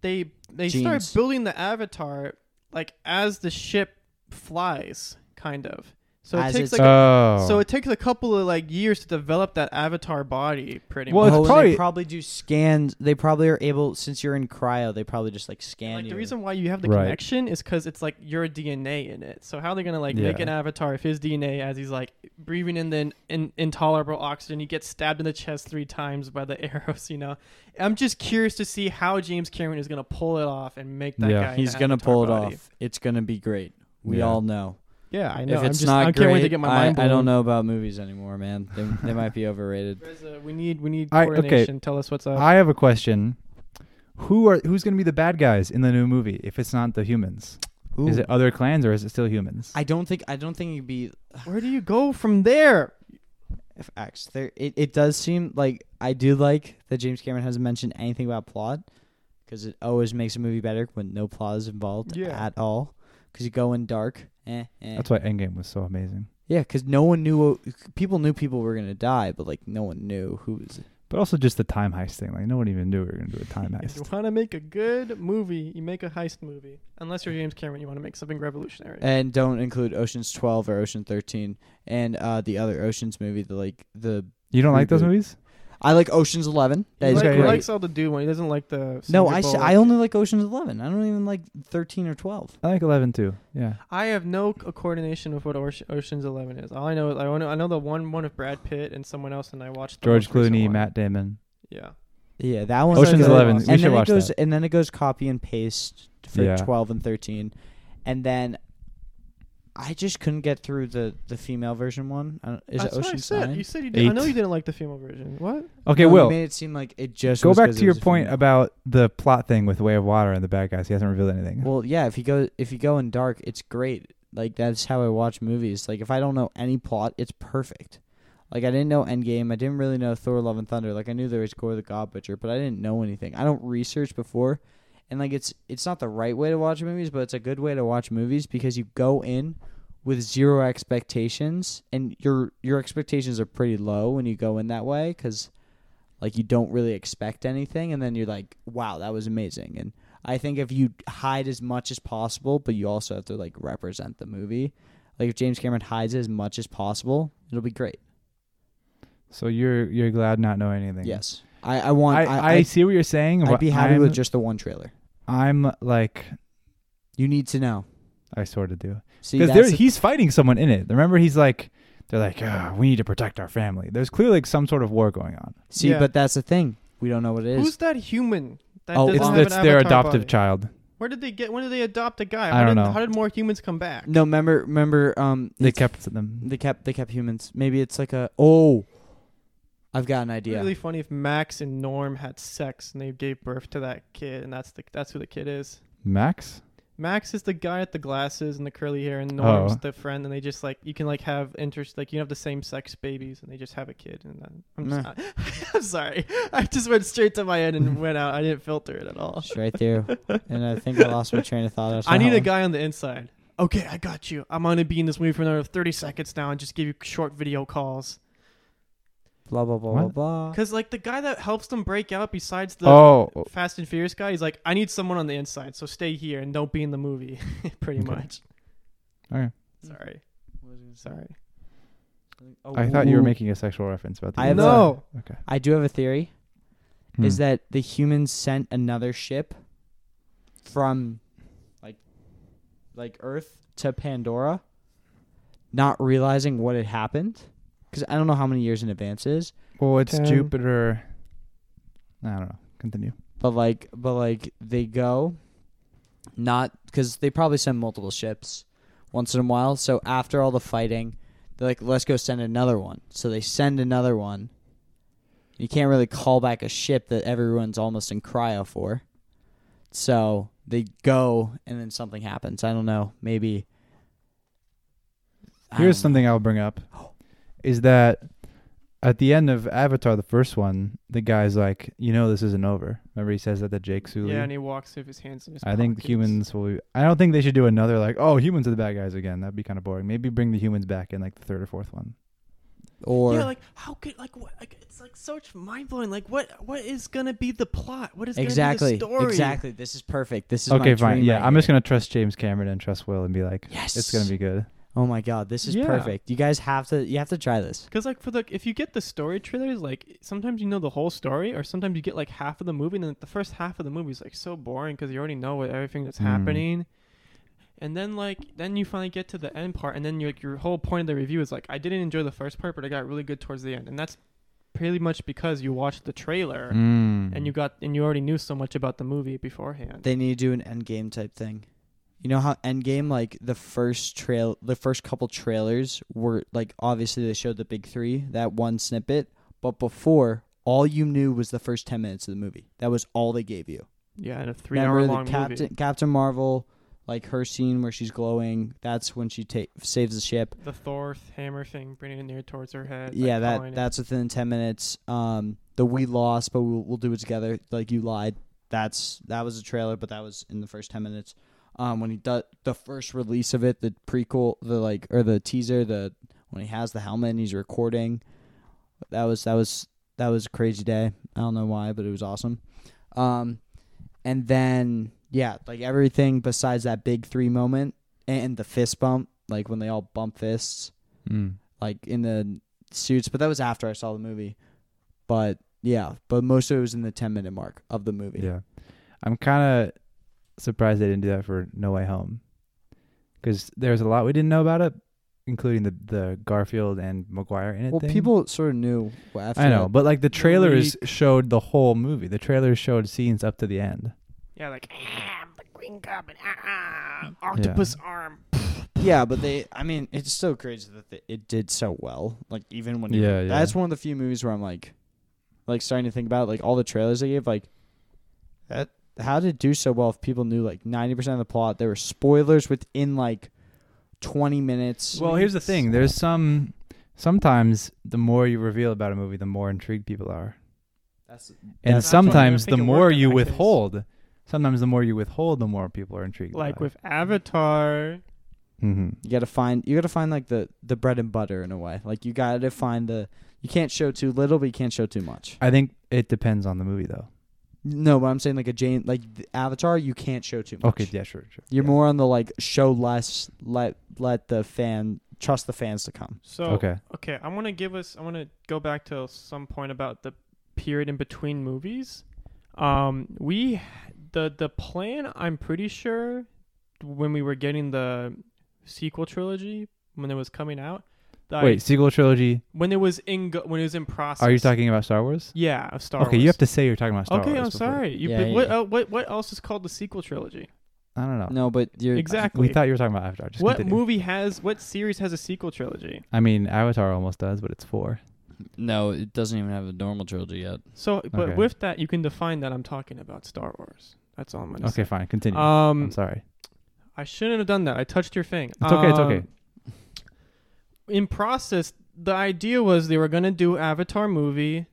Speaker 1: They they start
Speaker 3: Jeans.
Speaker 1: building the avatar like as the ship flies, kind of. So
Speaker 3: As
Speaker 1: it takes
Speaker 3: it's-
Speaker 1: like a,
Speaker 2: oh,
Speaker 1: so it takes a couple of like years to develop that avatar body. Pretty
Speaker 2: Well,
Speaker 1: much.
Speaker 2: it's
Speaker 3: oh, and
Speaker 2: probably-
Speaker 3: they probably do scans. They probably are able since you're in cryo. They probably just like scan
Speaker 1: Like the
Speaker 3: you.
Speaker 1: reason why you have the
Speaker 2: Right.
Speaker 1: connection is because it's like your DNA in it. So how are they gonna like make
Speaker 2: Yeah.
Speaker 1: an avatar if his DNA as he's like breathing in the in, intolerable oxygen, he gets stabbed in the chest three times by the arrows. You know, I'm just curious to see how James Cameron is gonna pull it off and make that
Speaker 2: Yeah.
Speaker 1: guy. an
Speaker 3: He's gonna
Speaker 1: avatar
Speaker 3: pull it
Speaker 1: body.
Speaker 3: off. It's gonna be great. We
Speaker 2: Yeah.
Speaker 3: all know.
Speaker 1: Yeah, I know.
Speaker 3: if
Speaker 1: I'm
Speaker 3: it's
Speaker 1: just,
Speaker 3: not
Speaker 1: I
Speaker 3: great,
Speaker 1: can't wait to get my
Speaker 3: I,
Speaker 1: mind.
Speaker 3: I don't
Speaker 1: blown.
Speaker 3: know about movies anymore, man. They, they might be overrated.
Speaker 1: Reza, we need we need
Speaker 2: I- okay.
Speaker 1: coordination. Tell us what's up.
Speaker 2: I have a question. Who are who's gonna be the bad guys in the new movie if it's not the humans? Is it other clans or is it still humans?
Speaker 3: I don't think I don't think it'd be
Speaker 1: Where do you go from there?
Speaker 3: if X. There, it, it does seem like I do like that James Cameron hasn't mentioned anything about plot because it always makes a movie better when no plot is involved
Speaker 1: Yeah.
Speaker 3: at all. Because you go in dark. Eh, eh.
Speaker 2: That's why Endgame was so amazing.
Speaker 3: Yeah, because no one knew. People knew people were gonna die, but like no one knew who was.
Speaker 2: But also just the time heist thing. Like no one even knew we were gonna do a time
Speaker 1: If you
Speaker 2: heist.
Speaker 1: want to make a good movie, you make a heist movie. Unless you're James Cameron, you want to make something revolutionary.
Speaker 3: And don't include Ocean's Twelve or Ocean Thirteen and uh, the other Oceans movie. The like the
Speaker 2: You don't like those
Speaker 3: Reboot.
Speaker 2: movies?
Speaker 3: I like Ocean's Eleven. That is
Speaker 1: he like-
Speaker 2: Okay,
Speaker 1: he
Speaker 3: great.
Speaker 1: likes all the dude one. He doesn't like the.
Speaker 3: no,
Speaker 1: Sandra
Speaker 3: I, s-
Speaker 1: Bullock.
Speaker 3: I only like Ocean's Eleven. I don't even like thirteen or twelve.
Speaker 2: I like Eleven too. Yeah.
Speaker 1: I have no c- coordination with what Oce- Ocean's Eleven is. All I know is I know, I know the one one of Brad Pitt and someone else, and I watched the
Speaker 2: George
Speaker 1: most recent
Speaker 2: Clooney,
Speaker 1: one.
Speaker 2: Matt Damon.
Speaker 1: Yeah,
Speaker 3: Yeah, that one's
Speaker 2: Ocean's
Speaker 3: good.
Speaker 2: Eleven, we
Speaker 3: And
Speaker 2: should
Speaker 3: then
Speaker 2: watch
Speaker 3: it goes,
Speaker 2: that.
Speaker 3: and then it goes copy and paste for
Speaker 2: Yeah.
Speaker 3: twelve and thirteen, and then I just couldn't get through the the female version one. I don't, is
Speaker 1: that's what
Speaker 3: it
Speaker 1: I
Speaker 3: Ocean's
Speaker 1: said.
Speaker 3: Nine?
Speaker 1: You said you did. I know
Speaker 2: Eight.
Speaker 1: you didn't like the female version. What?
Speaker 2: Okay,
Speaker 3: No, you
Speaker 2: Will.
Speaker 3: made it seem like it just
Speaker 2: Go
Speaker 3: was
Speaker 2: back
Speaker 3: 'cause
Speaker 2: to
Speaker 3: it
Speaker 2: your
Speaker 3: was a
Speaker 2: point
Speaker 3: female.
Speaker 2: about the plot thing with Way of Water and the bad guys. He hasn't revealed anything.
Speaker 3: Well, yeah, if you go if you go in dark, it's great. Like that's how I watch movies. Like if I don't know any plot, it's perfect. Like I didn't know Endgame. I didn't really know Thor: Love and Thunder. Like I knew there was Gore the God Butcher, but I didn't know anything. I don't research before, and like it's it's not the right way to watch movies, but it's a good way to watch movies because you go in with zero expectations and your your expectations are pretty low when you go in that way cuz like you don't really expect anything and then you're like wow that was amazing and I think if you hide as much as possible but you also have to like represent the movie like if James Cameron hides as much as possible it'll be great
Speaker 2: So you're you're glad not knowing anything.
Speaker 3: yes I I want
Speaker 2: I,
Speaker 3: I,
Speaker 2: I, see what you're saying.
Speaker 3: I,
Speaker 2: but
Speaker 3: would be happy
Speaker 2: I'm,
Speaker 3: with just the one trailer
Speaker 2: I'm like
Speaker 3: you need to know
Speaker 2: I sort of do
Speaker 3: see
Speaker 2: because
Speaker 3: that's
Speaker 2: there
Speaker 3: the-
Speaker 2: he's fighting someone in it. Remember, he's like they're like "Ah, we need to protect our family. There's clearly like, some sort of war going on.
Speaker 3: see
Speaker 1: Yeah.
Speaker 3: but that's the thing we don't know what it is
Speaker 1: Who's that human? That
Speaker 3: Oh,
Speaker 1: doesn't
Speaker 2: It's
Speaker 1: have
Speaker 2: it's
Speaker 1: an
Speaker 2: their
Speaker 1: avatar
Speaker 2: adoptive
Speaker 1: body?
Speaker 2: child.
Speaker 1: Where did they get? When did they adopt a guy?
Speaker 2: I
Speaker 1: How
Speaker 2: don't
Speaker 1: did,
Speaker 2: know.
Speaker 1: How did more humans come back?
Speaker 3: No, remember, remember. Um,
Speaker 2: They
Speaker 3: it's-
Speaker 2: kept them.
Speaker 3: they kept, they kept humans. Maybe it's like a. Oh, I've got an
Speaker 1: It'd be
Speaker 3: idea.
Speaker 1: really funny if Max and Norm had sex and they gave birth to that kid, and that's the that's who the kid is.
Speaker 2: Max.
Speaker 1: Max is the guy with the glasses and the curly hair, and Norm's
Speaker 2: Oh.
Speaker 1: the friend, and they just like you can like have interest, like you have the same sex babies, and they just have a kid. And then, I'm just, I'm sorry, I just went straight to my head and went out. I didn't filter it at all.
Speaker 3: It's right there, and I think I "Oh, lost my train of thought. after
Speaker 1: I
Speaker 3: that
Speaker 1: need a
Speaker 3: one.
Speaker 1: guy on the inside. Okay, I got you. I'm gonna be in this movie for another 30 seconds now, and just give you short video calls.
Speaker 3: Blah blah blah
Speaker 2: What?
Speaker 3: blah blah.
Speaker 1: Cause like the guy that helps them break out, besides the
Speaker 2: oh,
Speaker 1: Fast and Furious guy, he's like, I need someone on the inside, so stay here and don't be in the movie, pretty
Speaker 2: Okay.
Speaker 1: much.
Speaker 2: Okay.
Speaker 1: Sorry, sorry.
Speaker 3: Oh,
Speaker 2: I thought you were
Speaker 3: ooh.
Speaker 2: making a sexual reference about the.
Speaker 3: I have
Speaker 1: no.
Speaker 3: I do have a theory.
Speaker 2: Hmm.
Speaker 3: Is that the humans sent another ship from, like, like Earth to Pandora, not realizing what had happened? Because I don't know how many years in advance it is.
Speaker 2: Well, it's
Speaker 1: Ten.
Speaker 2: Jupiter. I don't know. Continue.
Speaker 3: but like but like they go not because they probably send multiple ships once in a while so after all the fighting they're like let's go send another one so they send another one you can't really call back a ship that everyone's almost in cryo for so they go and then something happens i don't know maybe I
Speaker 2: Here's
Speaker 3: don't know.
Speaker 2: something I'll bring up is that at the end of Avatar, the first one, the guy's like, you know, this isn't over. Remember, he says that to Jake Sully.
Speaker 1: Yeah, and he walks with his hands in his.
Speaker 2: I think
Speaker 1: pockets.
Speaker 2: humans will. Be, I don't think they should do another like, oh, humans are the bad guys again. That'd be kind of boring. Maybe bring the humans back in like the third or fourth one.
Speaker 3: or
Speaker 1: yeah, like how could like what? Like, it's like so mind blowing. Like what? What is gonna be the plot? What is
Speaker 3: exactly
Speaker 1: Gonna be the story?
Speaker 3: exactly this is perfect this is my
Speaker 2: okay, fine.
Speaker 3: dream
Speaker 2: Yeah,
Speaker 3: right
Speaker 2: I'm
Speaker 3: here.
Speaker 2: just gonna trust James Cameron and trust Will and be like,
Speaker 3: yes
Speaker 2: it's gonna be good.
Speaker 3: Oh my god, this is
Speaker 2: Yeah.
Speaker 3: perfect. You guys have to you have to try this.
Speaker 1: Because like for the if you get the story trailers, like sometimes you know the whole story, or sometimes you get like half of the movie, and then the first half of the movie is like so boring because you already know what everything that's
Speaker 2: Mm.
Speaker 3: Hmm.
Speaker 1: happening. And then like then you finally get to the end part, and then you like your whole point of the review is like I didn't enjoy the first part, but I got really good towards the end, and that's pretty much because you watched the trailer
Speaker 3: Hmm.
Speaker 2: Mm.
Speaker 1: and you got and you already knew so much about the movie beforehand.
Speaker 3: They need to do an endgame type thing. You know how endgame like the first trail the first couple trailers were like obviously they showed the big 3, that one snippet, but before all you knew was the first 10 minutes of the movie. That was all they gave you.
Speaker 1: yeah, in a three
Speaker 3: Remember
Speaker 1: hour
Speaker 3: the
Speaker 1: long
Speaker 3: Captain
Speaker 1: movie.
Speaker 3: Captain Marvel like her scene where she's glowing, that's when she ta- saves the ship.
Speaker 1: The Thor hammer thing, bringing it near towards her head. like,
Speaker 3: yeah,
Speaker 1: calling
Speaker 3: that
Speaker 1: it.
Speaker 3: that's within ten minutes. Um, the we lost, but we'll we'll do it together. Like you lied. That's that was a trailer, but that was in the first ten minutes. Um, when he does the first release of it, the prequel, the like or the teaser, the when he has the helmet and he's recording, that was that was that was a crazy day. I don't know why, but it was awesome. Um, and then yeah, like everything besides that big three moment and the fist bump, like when they all bump fists
Speaker 2: Mm.
Speaker 3: like in the suits, but that was after I saw the movie. But yeah, but most of it was in the 10 minute mark of the movie.
Speaker 2: Yeah, I'm kind of surprised they didn't do that for No Way Home, because there's a lot we didn't know about it, including the the Garfield and McGuire in it.
Speaker 3: Well,
Speaker 2: thing.
Speaker 3: people sort of knew after
Speaker 2: I know,
Speaker 3: that.
Speaker 2: but like the trailers showed the whole movie. The trailers showed scenes up to the end.
Speaker 1: yeah, like ah, I'm the Green Goblin, ah, ah, octopus arm.
Speaker 3: Yeah, but they, I mean, it's so crazy that they, it did so well. Like, even when you,
Speaker 2: Yeah, yeah.
Speaker 3: that's one of the few movies where I'm like, like starting to think about like all the trailers they gave, like, that, how did it do so well if people knew like 90% of the plot? There were spoilers within like 20 minutes.
Speaker 2: Well, here's the thing. There's some. Sometimes the more you reveal about a movie, the more intrigued people are,
Speaker 3: That's,
Speaker 2: and
Speaker 1: That's-
Speaker 2: sometimes
Speaker 1: I don't
Speaker 2: the
Speaker 1: think it
Speaker 2: more
Speaker 1: worked in
Speaker 2: you
Speaker 1: that case.
Speaker 2: withhold, sometimes the more you withhold, the more people are intrigued.
Speaker 1: like
Speaker 2: by it.
Speaker 1: with Avatar,
Speaker 2: hmm
Speaker 3: You got to find you got to find like the the bread and butter in a way. Like you got to find the you can't show too little, but you can't show too much.
Speaker 2: I think it depends on the movie, though.
Speaker 3: No, but I'm saying like a Jane like the Avatar, you can't show too much.
Speaker 2: Okay, yeah, sure, sure.
Speaker 3: You're
Speaker 2: yeah.
Speaker 3: more on the like show less, let let the fan trust the fans to come.
Speaker 1: So
Speaker 2: Okay.
Speaker 1: Okay, I want to give us. I want to go back to some point about the period in between movies. Um, we the the plan. I'm pretty sure when we were getting the sequel trilogy when it was coming out. that
Speaker 2: Wait, sequel trilogy.
Speaker 1: when it was in go- when it was in process.
Speaker 2: Are you talking about Star Wars?
Speaker 1: Yeah, of Star
Speaker 2: okay,
Speaker 1: Wars.
Speaker 2: you have to say you're talking about Star
Speaker 1: okay,
Speaker 2: Wars.
Speaker 1: I'm
Speaker 2: before-
Speaker 1: sorry. You,
Speaker 3: Yeah,
Speaker 1: but
Speaker 3: yeah,
Speaker 1: what,
Speaker 3: yeah.
Speaker 1: uh, what what else is called the sequel trilogy?
Speaker 2: I don't know.
Speaker 3: No, but you're
Speaker 1: Exactly.
Speaker 2: We thought you were talking about Avatar. Just
Speaker 1: what
Speaker 2: continue.
Speaker 1: movie has what series has a sequel trilogy?
Speaker 2: I mean, Avatar almost does, but it's four.
Speaker 3: no, it doesn't even have a normal trilogy yet.
Speaker 1: So, but
Speaker 2: Okay.
Speaker 1: with that, you can define that I'm talking about Star Wars. That's all I'm gonna
Speaker 2: Okay,
Speaker 1: say.
Speaker 2: fine. Continue.
Speaker 1: Um,
Speaker 2: I'm sorry.
Speaker 1: I shouldn't have done that. I touched your thing.
Speaker 2: It's okay. It's
Speaker 1: Um,
Speaker 2: okay.
Speaker 1: In process, the idea was they were gonna do Avatar movie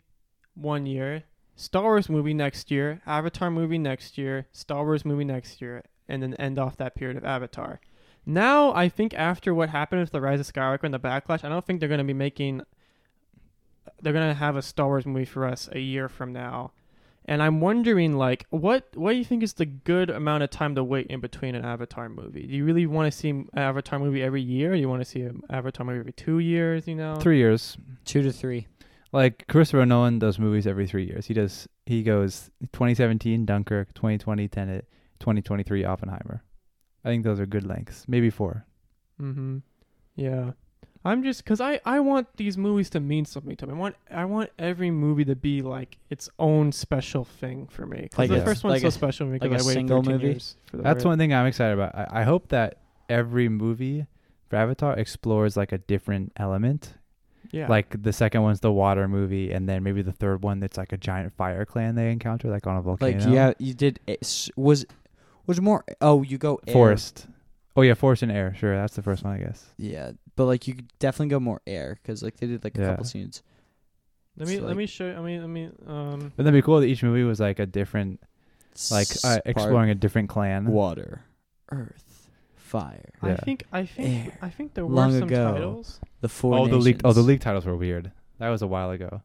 Speaker 1: one year, Star Wars movie next year, Avatar movie next year, Star Wars movie next year, and then end off that period of Avatar. Now I think after what happened with the Rise of Skywalker and the backlash, I don't think they're gonna be making. They're gonna have a Star Wars movie for us a year from now, and I'm wondering like what what do you think is the good amount of time to wait in between an Avatar movie? Do you really want to see an Avatar movie every year? Do you want to see an Avatar movie every two years? You know,
Speaker 2: Three years.
Speaker 3: Two to three.
Speaker 2: Like Christopher Nolan does movies every three years. He does. He goes 2017 Dunkirk, 2020 Tenet, 2023 Oppenheimer. I think those are good lengths. Maybe four.
Speaker 1: Mm-hmm. Yeah. I'm just because I I want these movies to mean something to me. I want I want every movie to be like its own special thing for me. 'Cause
Speaker 3: Like
Speaker 1: the
Speaker 2: a-
Speaker 1: first one's
Speaker 3: like
Speaker 1: so
Speaker 3: a-
Speaker 1: special because
Speaker 3: like a
Speaker 1: I waited
Speaker 3: single
Speaker 1: 13
Speaker 3: movie?
Speaker 1: years for the
Speaker 2: That's
Speaker 1: right-
Speaker 2: one thing I'm excited about. I, I hope that every movie for Avatar explores like a different element.
Speaker 1: Yeah.
Speaker 2: Like the second one's the water movie, and then maybe the third one that's like a giant fire clan they encounter, like on a volcano.
Speaker 3: Like yeah, you did it's- was was more. Oh, you go air.
Speaker 2: Forest. Oh yeah, forest and air. Sure, that's the first one, I guess.
Speaker 3: Yeah, but like you could definitely go more air because like they did like a
Speaker 2: Yeah.
Speaker 3: couple scenes.
Speaker 1: let me
Speaker 3: it's
Speaker 1: let
Speaker 3: like-
Speaker 1: me show. I mean let me um.
Speaker 2: But that'd be cool that each movie was like a different, like uh,
Speaker 3: Spark,
Speaker 2: exploring a different clan.
Speaker 3: water, earth, fire.
Speaker 1: I
Speaker 2: Yeah.
Speaker 1: think I think
Speaker 3: Air.
Speaker 1: I think there were
Speaker 3: Long
Speaker 1: some
Speaker 3: ago.
Speaker 1: titles.
Speaker 3: The four.
Speaker 2: oh, the
Speaker 3: nations.
Speaker 2: league. Oh, the league titles were weird. That was a while ago.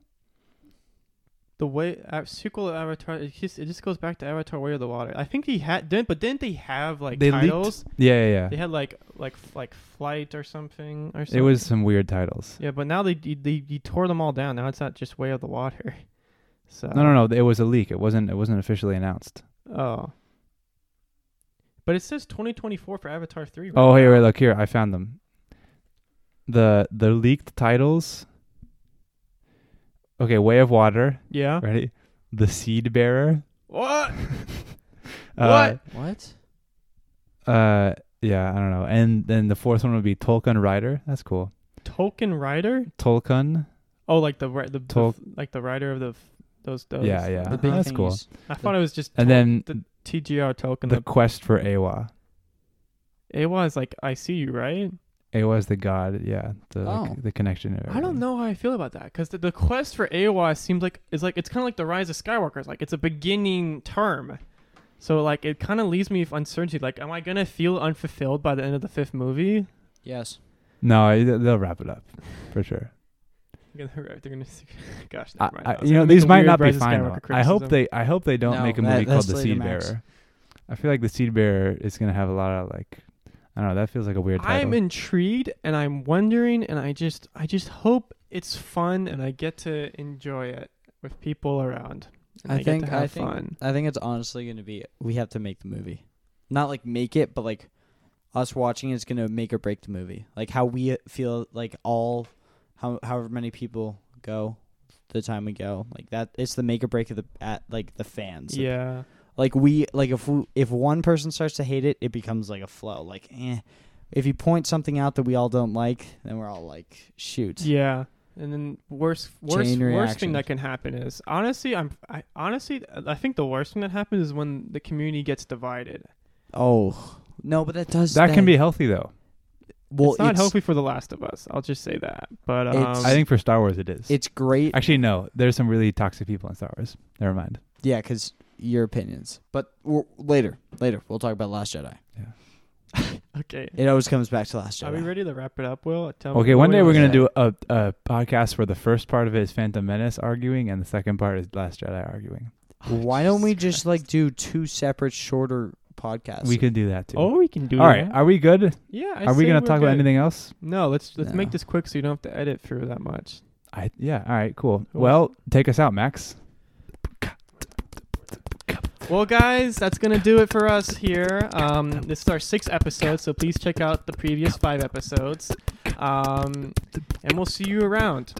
Speaker 1: The way uh, sequel of Avatar, it just it just goes back to Avatar: Way of the Water. I think he had didn't, but didn't they have like
Speaker 2: They leaked-
Speaker 1: titles?
Speaker 2: Yeah, yeah,
Speaker 1: They
Speaker 2: yeah.
Speaker 1: had like like like flight or something or something.
Speaker 2: It was some weird titles.
Speaker 1: Yeah, but now they they, they you tore them all down. Now it's not just Way of the Water. So
Speaker 2: No, no, no. It was a leak. It wasn't. It wasn't officially announced.
Speaker 1: no. Oh. But it says 2024 for Avatar 3. Right?
Speaker 2: Oh, here, wait, look here. I found them. The the leaked titles. Okay, Way of Water.
Speaker 1: Yeah.
Speaker 2: Ready? The Seed Bearer.
Speaker 1: What?
Speaker 2: Uh,
Speaker 3: What?
Speaker 2: Uh, yeah, I don't know. And then the fourth one would be Tolkien Rider. That's cool.
Speaker 1: Tolkien writer?
Speaker 2: Tolkien.
Speaker 1: Oh, like the ri- the, the
Speaker 2: Tol-
Speaker 1: f- like the writer of the f- those those.
Speaker 2: Yeah, yeah.
Speaker 3: The big
Speaker 2: Ah, that's cool.
Speaker 3: thingies.
Speaker 1: I thought it was just
Speaker 2: And
Speaker 1: Tol-
Speaker 2: then
Speaker 1: the TGR Tolkien.
Speaker 2: the quest for Awa.
Speaker 1: The, Awa is like I see you, right?
Speaker 2: Awa is the god. Yeah, the like,
Speaker 3: Oh.
Speaker 2: the connection. Of
Speaker 1: I don't
Speaker 2: everything.
Speaker 1: know how I feel about that because the, the quest for Awa seems like it's like it's kind of like the Rise of Skywalker. It's like it's a beginning term, so like it kind of leaves me with uncertainty. Like, am I gonna feel unfulfilled by the end of the fifth movie?
Speaker 3: Yes.
Speaker 2: No, it- they'll wrap it up for sure.
Speaker 1: They're gonna, they're gonna gosh,
Speaker 2: I,
Speaker 1: never mind.
Speaker 2: I-
Speaker 1: I was
Speaker 2: you
Speaker 1: gonna
Speaker 2: know,
Speaker 1: make
Speaker 2: these
Speaker 1: a
Speaker 2: might
Speaker 1: weird
Speaker 2: not be
Speaker 1: Rise of
Speaker 2: fine.
Speaker 1: Skywalker
Speaker 2: though. I hope
Speaker 1: criticism.
Speaker 2: they. I hope they don't
Speaker 3: No,
Speaker 2: make a
Speaker 3: that-
Speaker 2: movie called
Speaker 3: that's
Speaker 2: The
Speaker 3: later,
Speaker 2: Seed
Speaker 3: Max.
Speaker 2: Bearer. I feel like The Seed Bearer is gonna have a lot of like. I don't know. That feels like a weird title.
Speaker 1: I'm intrigued and I'm wondering and I just I just hope it's fun and I get to enjoy it with people around. And
Speaker 3: I
Speaker 1: get
Speaker 3: think-
Speaker 1: to
Speaker 3: I
Speaker 1: have
Speaker 3: think-
Speaker 1: fun.
Speaker 3: I think it's honestly going to be we have to make the movie. Not like make it, but like us watching it's going to make or break the movie. Like how we feel like all how however many people go the time we go. Like that it's the make or break of the at like the fans.
Speaker 1: Yeah.
Speaker 3: Like we like if we, if one person starts to hate it, it becomes like a flow. Like eh if you point something out that we all don't like, then we're all like shoot.
Speaker 1: Yeah, and then worst worst
Speaker 3: Chain
Speaker 1: worst thing
Speaker 3: reaction.
Speaker 1: that can happen is honestly, I'm I, honestly I think the worst thing that happens is when the community gets divided.
Speaker 3: Oh. No, but that does
Speaker 2: that can be healthy though.
Speaker 3: well,
Speaker 1: it's not healthy for The Last of Us. I'll just say that. But um,
Speaker 3: It's-
Speaker 2: I think for Star Wars it is.
Speaker 3: It's great
Speaker 2: Actually, no. There's some really toxic people in Star Wars. Never mind.
Speaker 3: Yeah, because your opinions. But we're, later, later, we'll talk about Last Jedi.
Speaker 1: Okay.
Speaker 4: It always comes back to last Jedi.
Speaker 1: Are we ready to wrap it up, Will? Tell me
Speaker 2: Okay,
Speaker 1: Oh, what
Speaker 2: one
Speaker 1: we
Speaker 2: day
Speaker 1: want
Speaker 2: we're
Speaker 1: to
Speaker 2: gonna
Speaker 1: say.
Speaker 2: do a, a podcast where the first part of it is Phantom Menace arguing and the second part is Last Jedi arguing.
Speaker 4: Why don't we just like do two separate shorter podcasts?
Speaker 2: We could do that too.
Speaker 1: Oh, we can do
Speaker 2: All right,
Speaker 1: that.
Speaker 2: are we good?
Speaker 1: Yeah. I
Speaker 2: are we
Speaker 1: say
Speaker 2: gonna
Speaker 1: we're
Speaker 2: talk about
Speaker 1: good.
Speaker 2: anything else?
Speaker 1: No, let's let's make
Speaker 4: No.
Speaker 1: this quick so you don't have to edit through that much.
Speaker 2: I yeah. All right, cool.
Speaker 1: Cool.
Speaker 2: Well, take us out, Max.
Speaker 1: Well, guys, that's gonna do it for us here. Um, this is our sixth episode, so please check out the previous five episodes. Um, and we'll see you around.